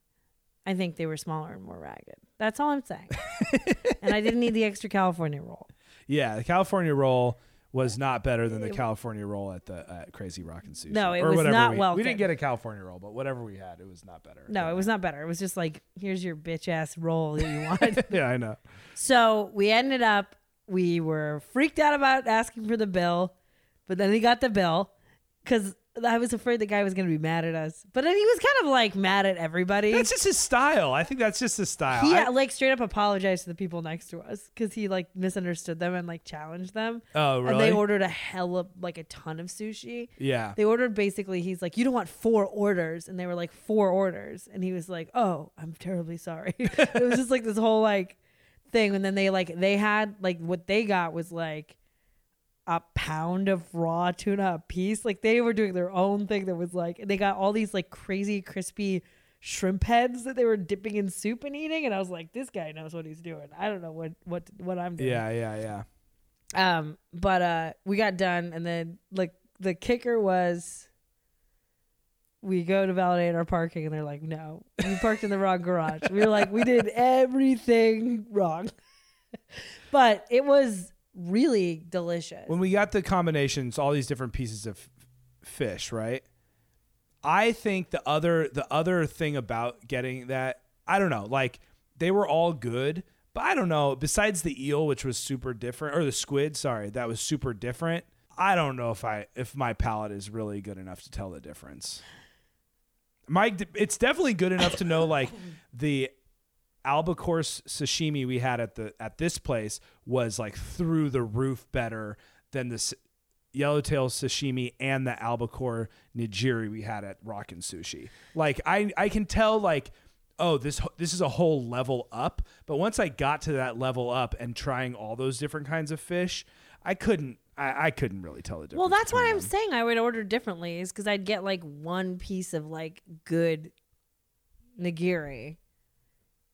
S2: I think they were smaller and more ragged. That's all I'm saying. and I didn't need the extra California roll.
S1: Yeah, the California roll was not better than the California roll at the at Crazy Rock and Sushi.
S2: No, it
S1: Or
S2: was
S1: whatever
S2: not
S1: we, We
S2: welcome.
S1: didn't get a California roll, but whatever we had, it was not better.
S2: No, it was not better. It was just like here's your bitch ass roll that you wanted.
S1: yeah, I know.
S2: So we ended up, we were freaked out about asking for the bill, but then he got the bill because I was afraid the guy was going to be mad at us. But then he was kind of like mad at everybody.
S1: That's just his style. I think that's just his style.
S2: he
S1: I-
S2: uh, like straight up apologized to the people next to us because he like misunderstood them and like challenged them.
S1: oh,
S2: And they
S1: really?
S2: ordered a hell of like a ton of sushi.
S1: yeah.
S2: They ordered basically, he's like, You don't want four orders. And they were like, Four orders. And he was like, Oh, I'm terribly sorry. it was just like this whole like thing. And then they like, they had like what they got was like a pound of raw tuna a piece. Like they were doing their own thing that was like, they got all these like crazy, crispy shrimp heads that they were dipping in soup and eating. And I was like, This guy knows what he's doing. I don't know what, what, what I'm doing.
S1: yeah, yeah, yeah.
S2: Um, but uh, we got done, and then like the kicker was, we go to validate our parking, and they're like, "No, we parked in the wrong garage." We were like, "We did everything wrong," but it was really delicious.
S1: When we got the combinations, all these different pieces of fish, right? I think the other the other thing about getting that, I don't know, like they were all good, but I don't know, besides the eel which was super different or the squid, sorry, that was super different. I don't know if I if my palate is really good enough to tell the difference. My it's definitely good enough to know like the albacore s- sashimi we had at the at this place was like through the roof better than this yellowtail sashimi and the albacore nigiri we had at Rockin' Sushi. Like I I can tell like oh this ho- this is a whole level up, but once I got to that level up and trying all those different kinds of fish, I couldn't I, I couldn't really tell the difference.
S2: well, that's what
S1: between
S2: I'm
S1: them.
S2: saying. I would order differently, is because I'd get like one piece of like good nigiri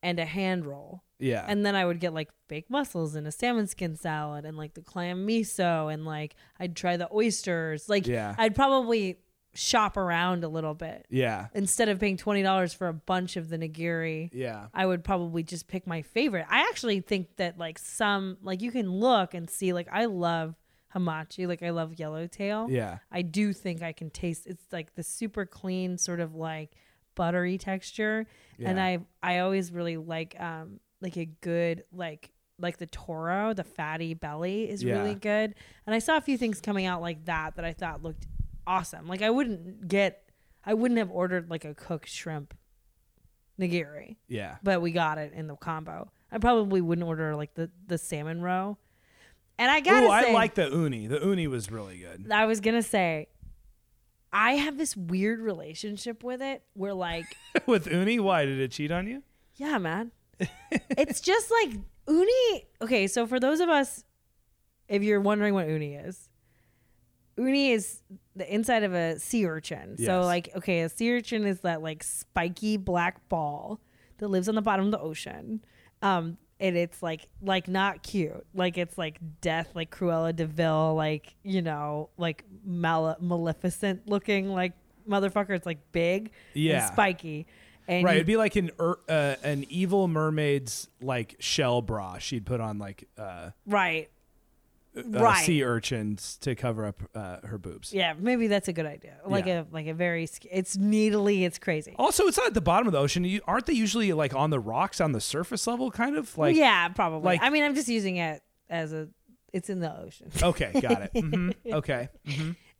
S2: and a hand roll.
S1: Yeah.
S2: And then I would get like baked mussels and a salmon skin salad and like the clam miso and like I'd try the oysters. Like
S1: Yeah.
S2: I'd probably shop around a little bit.
S1: yeah.
S2: Instead of paying twenty dollars for a bunch of the nigiri,
S1: Yeah.
S2: I would probably just pick my favorite. I actually think that like some like you can look and see like I love hamachi, like I love yellowtail.
S1: Yeah.
S2: I do think I can taste it's like the super clean sort of like buttery texture and
S1: Yeah.
S2: I I always really like um like a good like like the toro the fatty belly is
S1: Yeah.
S2: really good and I saw a few things coming out like that that I thought looked awesome like I wouldn't get I wouldn't have ordered like a cooked shrimp nigiri
S1: Yeah.
S2: but we got it in the combo I probably wouldn't order like the the salmon roe and I gotta
S1: Ooh, I
S2: say
S1: like the uni. The uni was really good.
S2: I was gonna say, I have this weird relationship with it where like,
S1: With uni, why did it cheat on you?
S2: yeah, man. it's just like Uni okay, so for those of us if you're wondering what uni is. Uni is the inside of a sea urchin. So
S1: Yes.
S2: like okay, a sea urchin is that like spiky black ball that lives on the bottom of the ocean. Um and it's like like not cute. Like it's like death, like Cruella Deville, like, you know, like male- maleficent looking like motherfucker. It's like big
S1: Yeah.
S2: and spiky. And
S1: Right,
S2: you-
S1: it'd be like an ur- uh, an evil mermaid's like shell bra she'd put on like uh, uh,
S2: right. Right.
S1: sea urchins to cover up uh, her boobs.
S2: Yeah, maybe that's a good idea. Like
S1: Yeah. Oh,
S2: a like a very sc- it's needly, it's crazy.
S1: Also, it's not at the bottom of the ocean. You, aren't they usually like on the rocks on the surface level, kind of like?
S2: yeah, probably.
S1: like-
S2: I mean, I'm just using it as a it's in the ocean.
S1: Okay, got it. hmm Okay,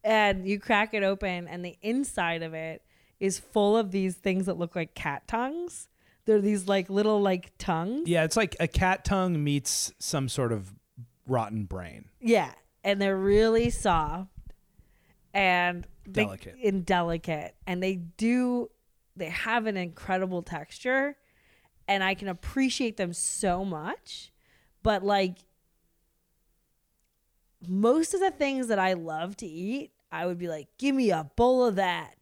S2: And you crack it open and the inside of it is full of these things that look like cat tongues. They're these like little like tongues.
S1: yeah, it's like a cat tongue meets some sort of rotten brain.
S2: Yeah, and they're really soft and they-
S1: Delicate.
S2: and delicate, and they do they have an incredible texture, and I can appreciate them so much. But like most of the things that I love to eat, I would be like, give me a bowl of that.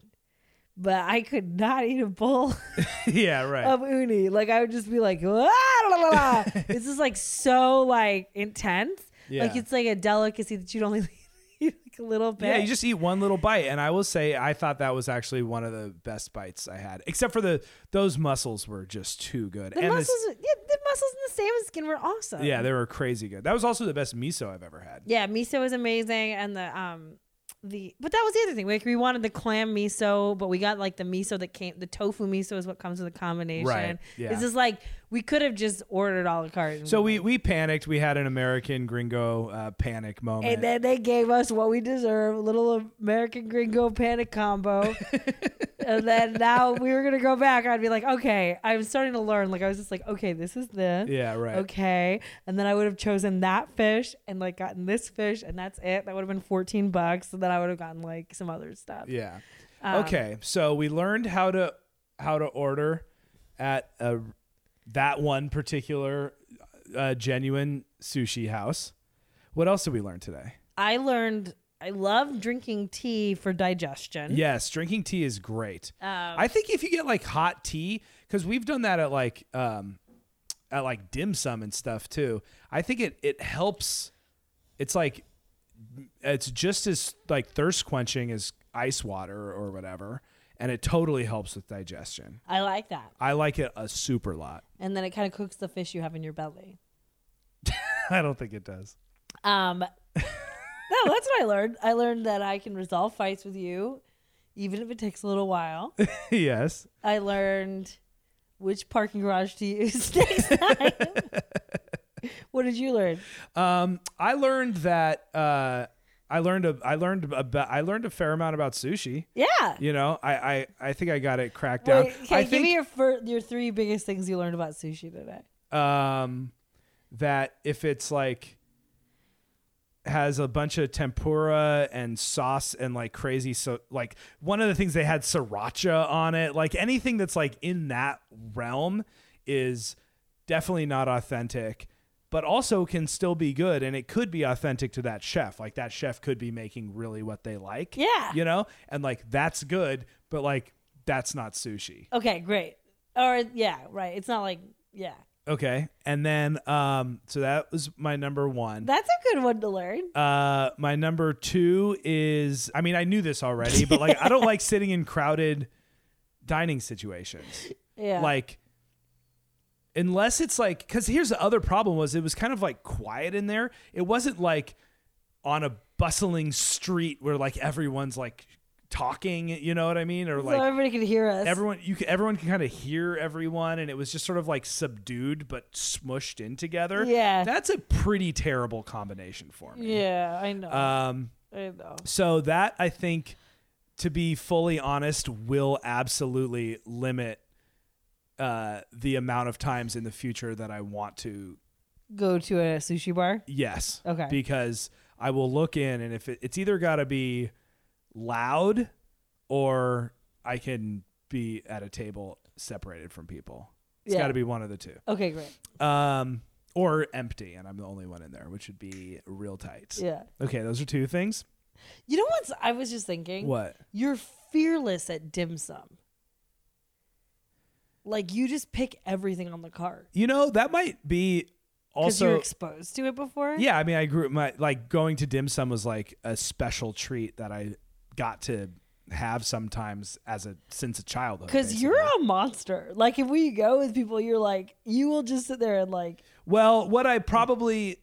S2: But I could not eat a bowl
S1: yeah, right.
S2: of uni. Like I would just be like, "Ah, la, la, la." this is like so like intense. Like
S1: Yeah.
S2: it's like a delicacy that you'd only eat like a little bit.
S1: yeah, you just eat one little bite, and I will say I thought that was actually one of the best bites I had, except for the those mussels were just too good.
S2: the
S1: and this-
S2: muscles. yeah, the muscles and the salmon skin were awesome.
S1: yeah, they were crazy good. That was also the best miso I've ever had.
S2: yeah. Miso was amazing, and the um the but that was the other thing. Like we wanted the clam miso, but we got like the miso that came. The tofu miso is what comes with the combination.
S1: Right, yeah.
S2: It's just like we could have just ordered a la carte. and
S1: So we we panicked. We had an American gringo uh, panic moment.
S2: And then they gave us what we deserve, a little American gringo panic combo. and then now we were gonna go back. I'd be like, okay, I'm starting to learn. Like I was just like, okay, this is this.
S1: yeah, right.
S2: Okay. And then I would have chosen that fish and like gotten this fish and that's it. That would have been 14 bucks. And then I would have gotten like some other stuff.
S1: Yeah.
S2: Um,
S1: okay. So we learned how to how to order at a, that one particular uh, genuine sushi house. What else did we learn today?
S2: I learned I love drinking tea for digestion. Um,
S1: Yes, drinking tea is great. I think if you get like hot tea, because we've done that at like um, at like dim sum and stuff too. I think it it helps. It's like it's just as like thirst quenching as ice water or whatever, and it totally helps with digestion.
S2: I like that.
S1: I like it a super lot.
S2: And then it kind of cooks the fish you have in your belly.
S1: I don't think it does.
S2: Um, no, that's what I learned. I learned that I can resolve fights with you, even if it takes a little while.
S1: yes.
S2: I learned which parking garage to use next time. what did you learn?
S1: Um, I learned that. Uh, I learned a. I learned about. I learned a fair amount about sushi.
S2: Yeah.
S1: You know, I I, I think I got it cracked down.
S2: Wait,
S1: I
S2: okay, give
S1: think
S2: me your fir- your three biggest things you learned about sushi today.
S1: um, that if it's like has a bunch of tempura and sauce and like crazy so like one of the things they had sriracha on it like anything that's like in that realm is definitely not authentic but also can still be good and it could be authentic to that chef like that chef could be making really what they like
S2: Yeah.
S1: you know and like that's good but like that's not sushi
S2: Okay, great. Or yeah, right. It's not like yeah.
S1: Okay. And then um so that was my number 1.
S2: That's a good one to learn.
S1: uh my number 2 is I mean I knew this already, but like I don't like sitting in crowded dining situations.
S2: Yeah.
S1: Like unless it's like cuz here's the other problem was it was kind of like quiet in there. It wasn't like on a bustling street where like everyone's like talking, you know what I mean? Or
S2: so
S1: like
S2: everybody could hear us.
S1: everyone you can, everyone can kind of hear everyone and it was just sort of like subdued but smushed in together
S2: Yeah.
S1: that's a pretty terrible combination for me
S2: yeah, I know.
S1: um
S2: I know.
S1: so that i think to be fully honest will absolutely limit uh the amount of times in the future that i want to
S2: Go to a sushi bar.
S1: yes
S2: Okay.
S1: because i will look in and if it, it's either got to be loud or i can be at a table separated from people It's
S2: Yeah.
S1: got to be one of the two
S2: Okay, great.
S1: um, or empty, and I'm the only one in there, which would be real tight.
S2: Yeah.
S1: Okay, those are two things.
S2: You know what's I was just thinking?
S1: What?
S2: You're fearless at dim sum. Like you just pick everything on the cart
S1: You know that might be
S2: because you're
S1: also.
S2: exposed to it before.
S1: yeah, I mean, I grew my like going to dim sum was like a special treat that I got to have sometimes as a since a childhood.
S2: Because
S1: basically.
S2: you're a monster. Like if we go with people, you're like you will just sit there and like
S1: Well, what I probably,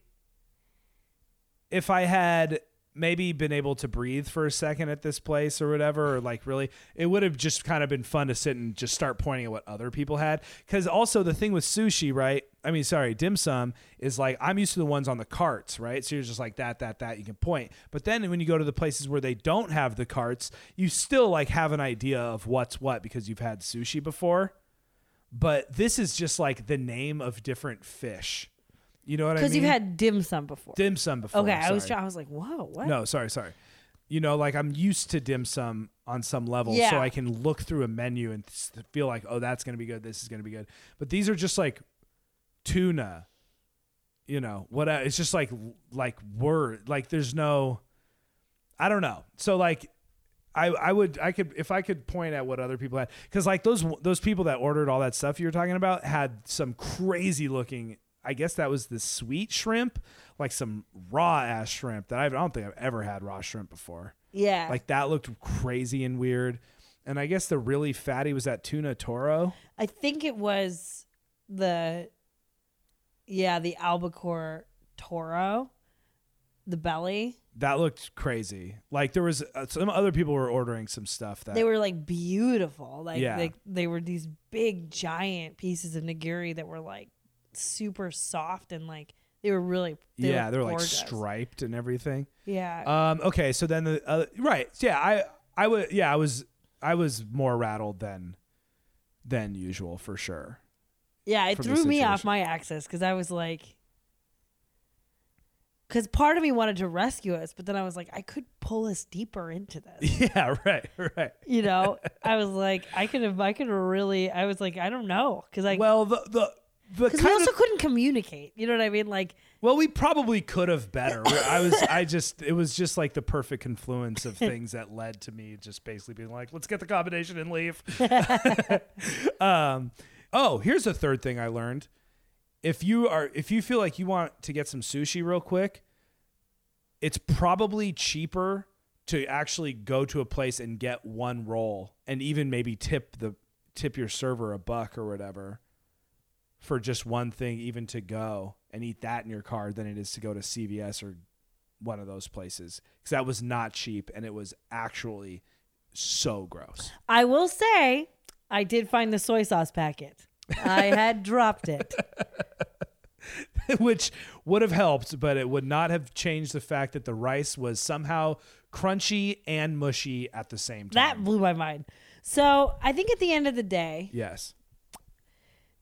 S1: if I had maybe been able to breathe for a second at this place or whatever, or like really, it would have just kind of been fun to sit and just start pointing at what other people had. Because also the thing with sushi, right? I mean, sorry, dim sum is like I'm used to the ones on the carts, right? So you're just like that, that, that. You can point, but then when you go to the places where they don't have the carts, you still like have an idea of what's what because you've had sushi before but this is just like the name of different fish. You know what I mean?
S2: because you've had dim sum before.
S1: dim sum before.
S2: okay, I was
S1: sorry.
S2: I was like whoa what?
S1: No, sorry, sorry. You know, like I'm used to dim sum on some level, so
S2: Yeah.
S1: I can look through a menu and th- feel like, oh, that's gonna be good. This is gonna be good. But these are just like tuna. You know what? I, it's just like like word. Like there's no. I don't know. So like I, I would I could if I could point at what other people had because like those those people that ordered all that stuff you were talking about had some crazy looking I guess that was the sweet shrimp like some raw ass shrimp that I've, I don't think I've ever had raw shrimp before
S2: Yeah.
S1: like that looked crazy and weird and I guess the really fatty was that tuna toro
S2: I think it was the yeah, the albacore toro, the belly.
S1: that looked crazy like there was uh, some other people were ordering some stuff that
S2: They were like beautiful. Like
S1: Yeah.
S2: they they were these big giant pieces of nigiri that were like super soft and like they were really they
S1: yeah
S2: looked
S1: they were like
S2: gorgeous.
S1: striped and everything
S2: Yeah.
S1: Um. Okay. So then the uh, right. Yeah. I I would. Yeah. I was I was more rattled than than usual for sure.
S2: Yeah, it
S1: from the
S2: threw me off
S1: situation.
S2: my axis because I was like, because part of me wanted to rescue us, but then I was like, I could pull us deeper into this.
S1: Yeah. Right. Right.
S2: You know, I was like, I could have, I could have really, I was like, I don't know, because I,
S1: Well, the the. The
S2: because we
S1: kind
S2: also
S1: of,
S2: couldn't communicate. You know what I mean? Like,
S1: well, we probably could have better. I was, I just, it was just like the perfect confluence of things that led to me just basically being like, let's get the combination and leave. um, oh, here's a third thing I learned. If you are, if you feel like you want to get some sushi real quick, it's probably cheaper to actually go to a place and get one roll and even maybe tip the tip your server a buck or whatever for just one thing even to go and eat that in your car than it is to go to CVS or one of those places cuz that was not cheap and it was actually so gross.
S2: I will say, I did find the soy sauce packet. I had dropped it.
S1: which would have helped, but it would not have changed the fact that the rice was somehow crunchy and mushy at the same time.
S2: That blew my mind. So I think at the end of the day,
S1: yes.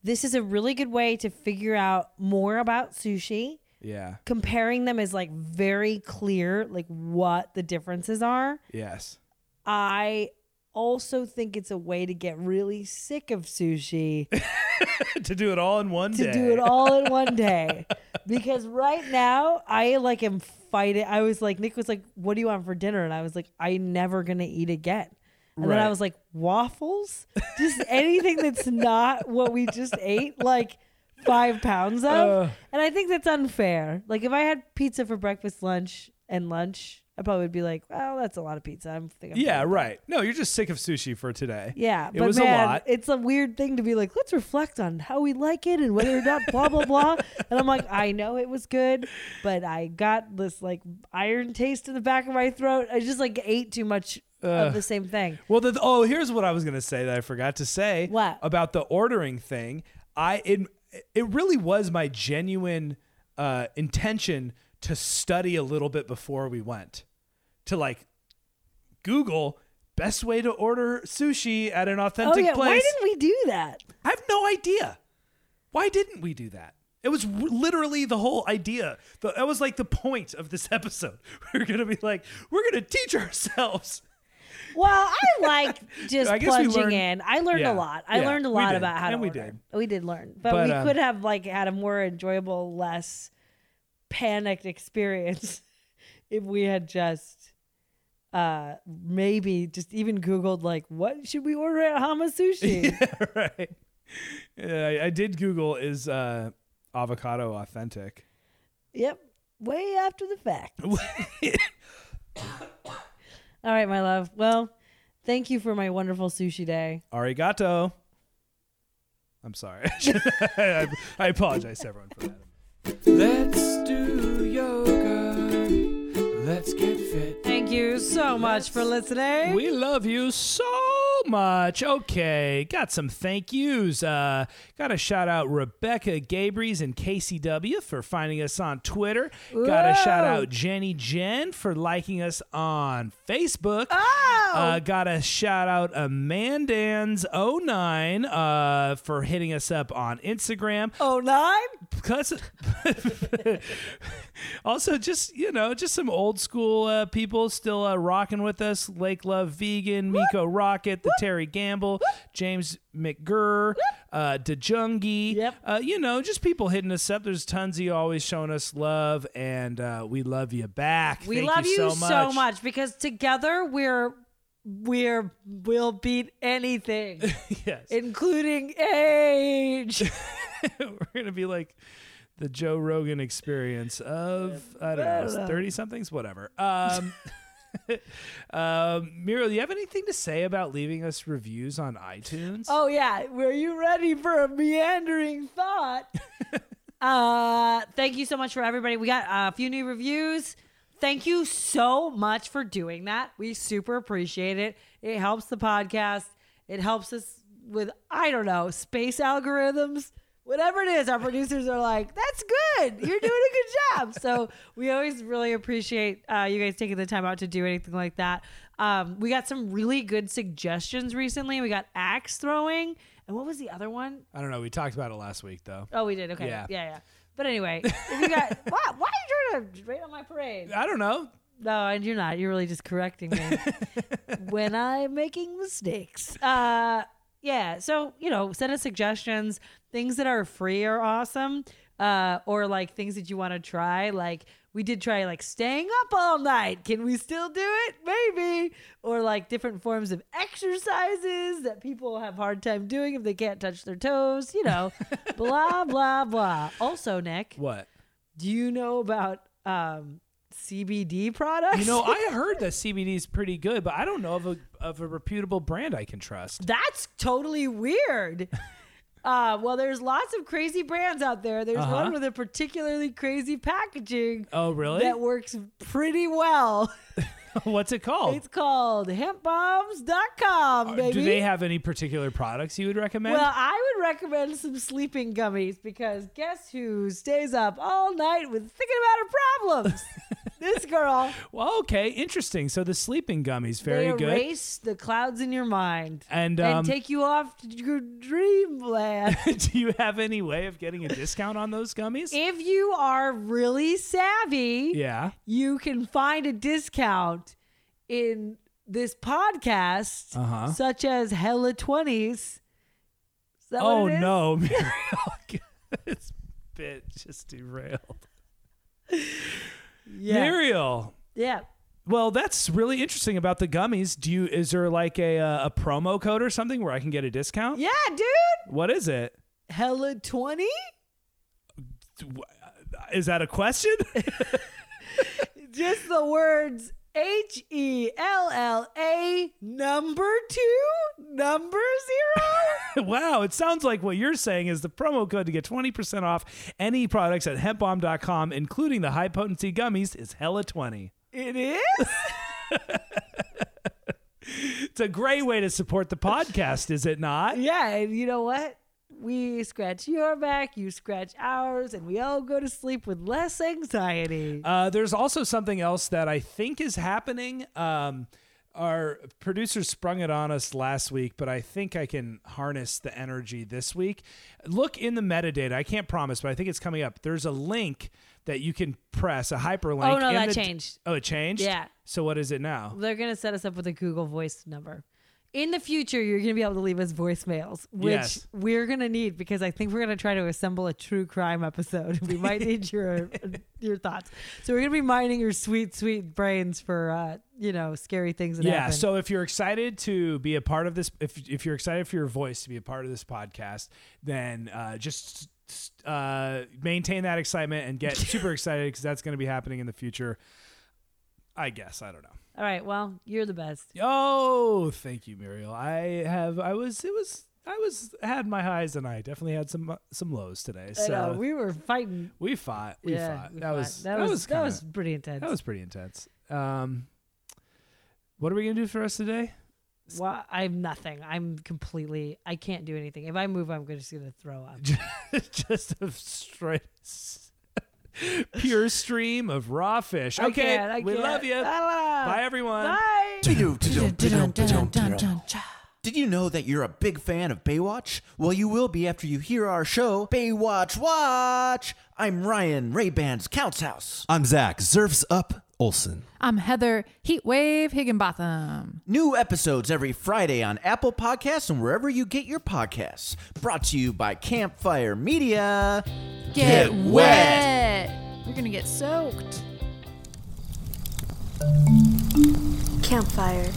S2: this is a really good way to figure out more about sushi.
S1: Yeah.
S2: Comparing them is like very clear, like what the differences are.
S1: Yes.
S2: I also think it's a way to get really sick of sushi
S1: to do it all in one
S2: to
S1: day.
S2: do it all in one day. Because right now I like am fighting. I was like, Nick was like, "What do you want for dinner?" And I was like, "I never gonna eat again." And then
S1: Right.
S2: I was like, "Waffles, just anything that's not what we just ate, like five pounds of."
S1: Uh.
S2: and I think that's unfair. Like if I had pizza for breakfast, lunch, and lunch, I probably would be like, "Well, that's a lot of pizza." I'm thinking.
S1: Yeah, right. No, you're just sick of sushi for today.
S2: Yeah,
S1: It
S2: but
S1: was a
S2: man,
S1: lot.
S2: it's a weird thing to be like, let's reflect on how we like it and whether or not blah blah blah. And I'm like, I know it was good, but I got this like iron taste in the back of my throat. I just like ate too much of the same thing.
S1: Well, the, oh, here's what I was gonna say that I forgot to say.
S2: What?
S1: about the ordering thing? I it it really was my genuine uh, intention to study a little bit before we went, to like Google best way to order sushi at an
S2: Oh
S1: authentic
S2: yeah,
S1: place.
S2: why didn't we do that?
S1: I have no idea. Why didn't we do that? It was w- literally the whole idea. The- That was like the point of this episode. We are going to be like, we're going to teach ourselves
S2: Well, I like just
S1: I guess we
S2: plunging
S1: learned-
S2: in. I learned
S1: yeah,
S2: a lot. I
S1: yeah,
S2: learned a
S1: we
S2: lot
S1: did,
S2: about how to
S1: and we
S2: order.
S1: did.
S2: We did learn, but,
S1: But,
S2: we
S1: um,
S2: could have like had a more enjoyable, less panicked experience if we had just uh maybe just even googled like what should we order at Hama Sushi?
S1: right. Yeah, I, I did Google is uh, avocado authentic.
S2: yep. Way after the fact. All right, my love. Well, thank you for my wonderful sushi day.
S1: Arigato. I'm sorry. I, I apologize to everyone for that.
S3: Let's do yoga. Let's get fit.
S2: Thank you so much for listening.
S1: We love you so much. Okay, got some thank yous. Uh, got to shout out Rebecca Gabries and KCW for finding us on Twitter. Got to shout out Jenny Jen for liking us on Facebook.
S2: Oh!
S1: Uh, got to shout out Amandans09 uh, for hitting us up on Instagram.
S2: Oh nine?
S1: Because also just you know just some old school uh, people still uh, rocking with us lake love vegan miko rocket the terry gamble james mcgurr uh dejungi
S2: Yep.
S1: uh, you know just people hitting us up there's tons of you always showing us love and uh, we love you back
S2: We
S1: Thank
S2: love
S1: you, so, much.
S2: because together we're we're we'll beat anything,
S1: yes
S2: including age.
S1: we're gonna be like the joe rogan experience of i don't
S2: uh,
S1: know 30 somethings whatever um um miro do you have anything to say about leaving us reviews on itunes
S2: Oh yeah, were you ready for a meandering thought? uh, thank you so much for everybody. We got uh, a few new reviews. Thank you so much for doing that. We super appreciate it. It helps the podcast. It helps us with I don't know space algorithms. Whatever it is, our producers are like, "That's good. You're doing a good job." So we always really appreciate uh, you guys taking the time out to do anything like that. Um, we got some really good suggestions recently. We got axe throwing, and what was the other one?
S1: i don't know we talked about it last week though
S2: Oh, we did. Okay.
S1: Yeah.
S2: Yeah, yeah. But anyway, if you got why, why are you trying to rain on my parade?
S1: i don't know
S2: No, and you're not. You're really just correcting me when I'm making mistakes. Uh, yeah. So you know, send us suggestions. Things that are free are awesome, uh, or like things that you want to try. Like we did try like staying up all night. Can we still do it? Maybe. Or like different forms of exercises that people have hard time doing if they can't touch their toes. You know, blah blah blah. Also, Nick,
S1: what
S2: do you know about um, CBD products?
S1: you know i heard that cbd is pretty good but i don't know of a of a reputable brand i can trust
S2: That's totally weird. Uh, well, there's lots of crazy brands out there. There's
S1: Uh-huh.
S2: one with a particularly crazy packaging
S1: oh really
S2: that works pretty well.
S1: what's it called
S2: It's called hempbombs.com, baby.
S1: Oh. Uh, do they have any particular products you would recommend
S2: Well, I would recommend some sleeping gummies because guess who stays up all night with thinking about her problems? this girl.
S1: Well, okay, interesting. So the sleeping gummies, very
S2: they
S1: good.
S2: erase the clouds in your mind
S1: And, um,
S2: and take you off to your dreamland.
S1: Do you have any way of getting a discount on those gummies?
S2: if you are really savvy,
S1: yeah.
S2: you can find a discount in this podcast,
S1: Uh-huh.
S2: such as Hella 20s. Is that what
S1: Oh
S2: it is?
S1: no, Muriel, this bit just derailed.
S2: Yeah.
S1: Muriel,
S2: yeah.
S1: well, that's really interesting about the gummies. Do you is there like a uh, a promo code or something where I can get a discount?
S2: Yeah, dude.
S1: What is it?
S2: Hella 20?
S1: Is that a question?
S2: Just the words H E L L A number two, number zero.
S1: wow, it sounds like what you're saying is the promo code to get 20% off any products at hempbomb.com, including the high potency gummies, is hella 20.
S2: it is?
S1: It's a great way to support the podcast, is it not?
S2: Yeah, and you know what? We scratch your back, you scratch ours, and we all go to sleep with less anxiety.
S1: Uh, there's also something else that I think is happening. Um, our producers sprung it on us last week, but I think I can harness the energy this week. Look in the metadata. I can't promise, but I think it's coming up. There's a link that you can press, a hyperlink.
S2: Oh, no,
S1: in
S2: that
S1: the-
S2: changed.
S1: oh, it changed?
S2: Yeah.
S1: So what is it now?
S2: They're gonna set us up with a Google Voice number. In the future, you're gonna be able to leave us voicemails, which
S1: Yes.
S2: we're gonna need because I think we're gonna try to assemble a true crime episode. We might need your your thoughts. So we're gonna be mining your sweet, sweet brains for uh, you know scary things that
S1: yeah.
S2: happen.
S1: So if you're excited to be a part of this, if if you're excited for your voice to be a part of this podcast, then uh, just uh, maintain that excitement and get super excited because that's going to be happening in the future. I guess I don't know.
S2: all right, well, you're the best.
S1: Oh, thank you, Muriel. I have. I was. It was. I was had my highs and I definitely had some uh, some lows today.
S2: I know,
S1: So we,
S2: we were fighting.
S1: fought. We
S2: yeah,
S1: fought.
S2: we
S1: that, Was,
S2: that was that
S1: kinda-
S2: was pretty intense.
S1: that was pretty intense. Um, what are we gonna do for the rest of the day?
S2: well, I'm nothing. I'm completely. I can't do anything. If I move, I'm just gonna throw up.
S1: just a straight s- pure stream of raw fish.
S2: I
S1: Okay,
S2: can't, I
S1: we
S2: can't.
S1: love you.
S2: Ah,
S1: Bye, everyone.
S2: Bye.
S5: Did you know that you're a big fan of Baywatch? Well, you will be after you hear our show, Baywatch Watch. I'm Ryan Rayband's Counts House.
S6: I'm Zach. Zerf's up Olson.
S7: I'm Heather Heatwave Higginbotham.
S5: New episodes every Friday on Apple Podcasts and wherever you get your podcasts. Brought to you by Campfire Media. Get wet.
S7: We're gonna get soaked.
S8: Campfire.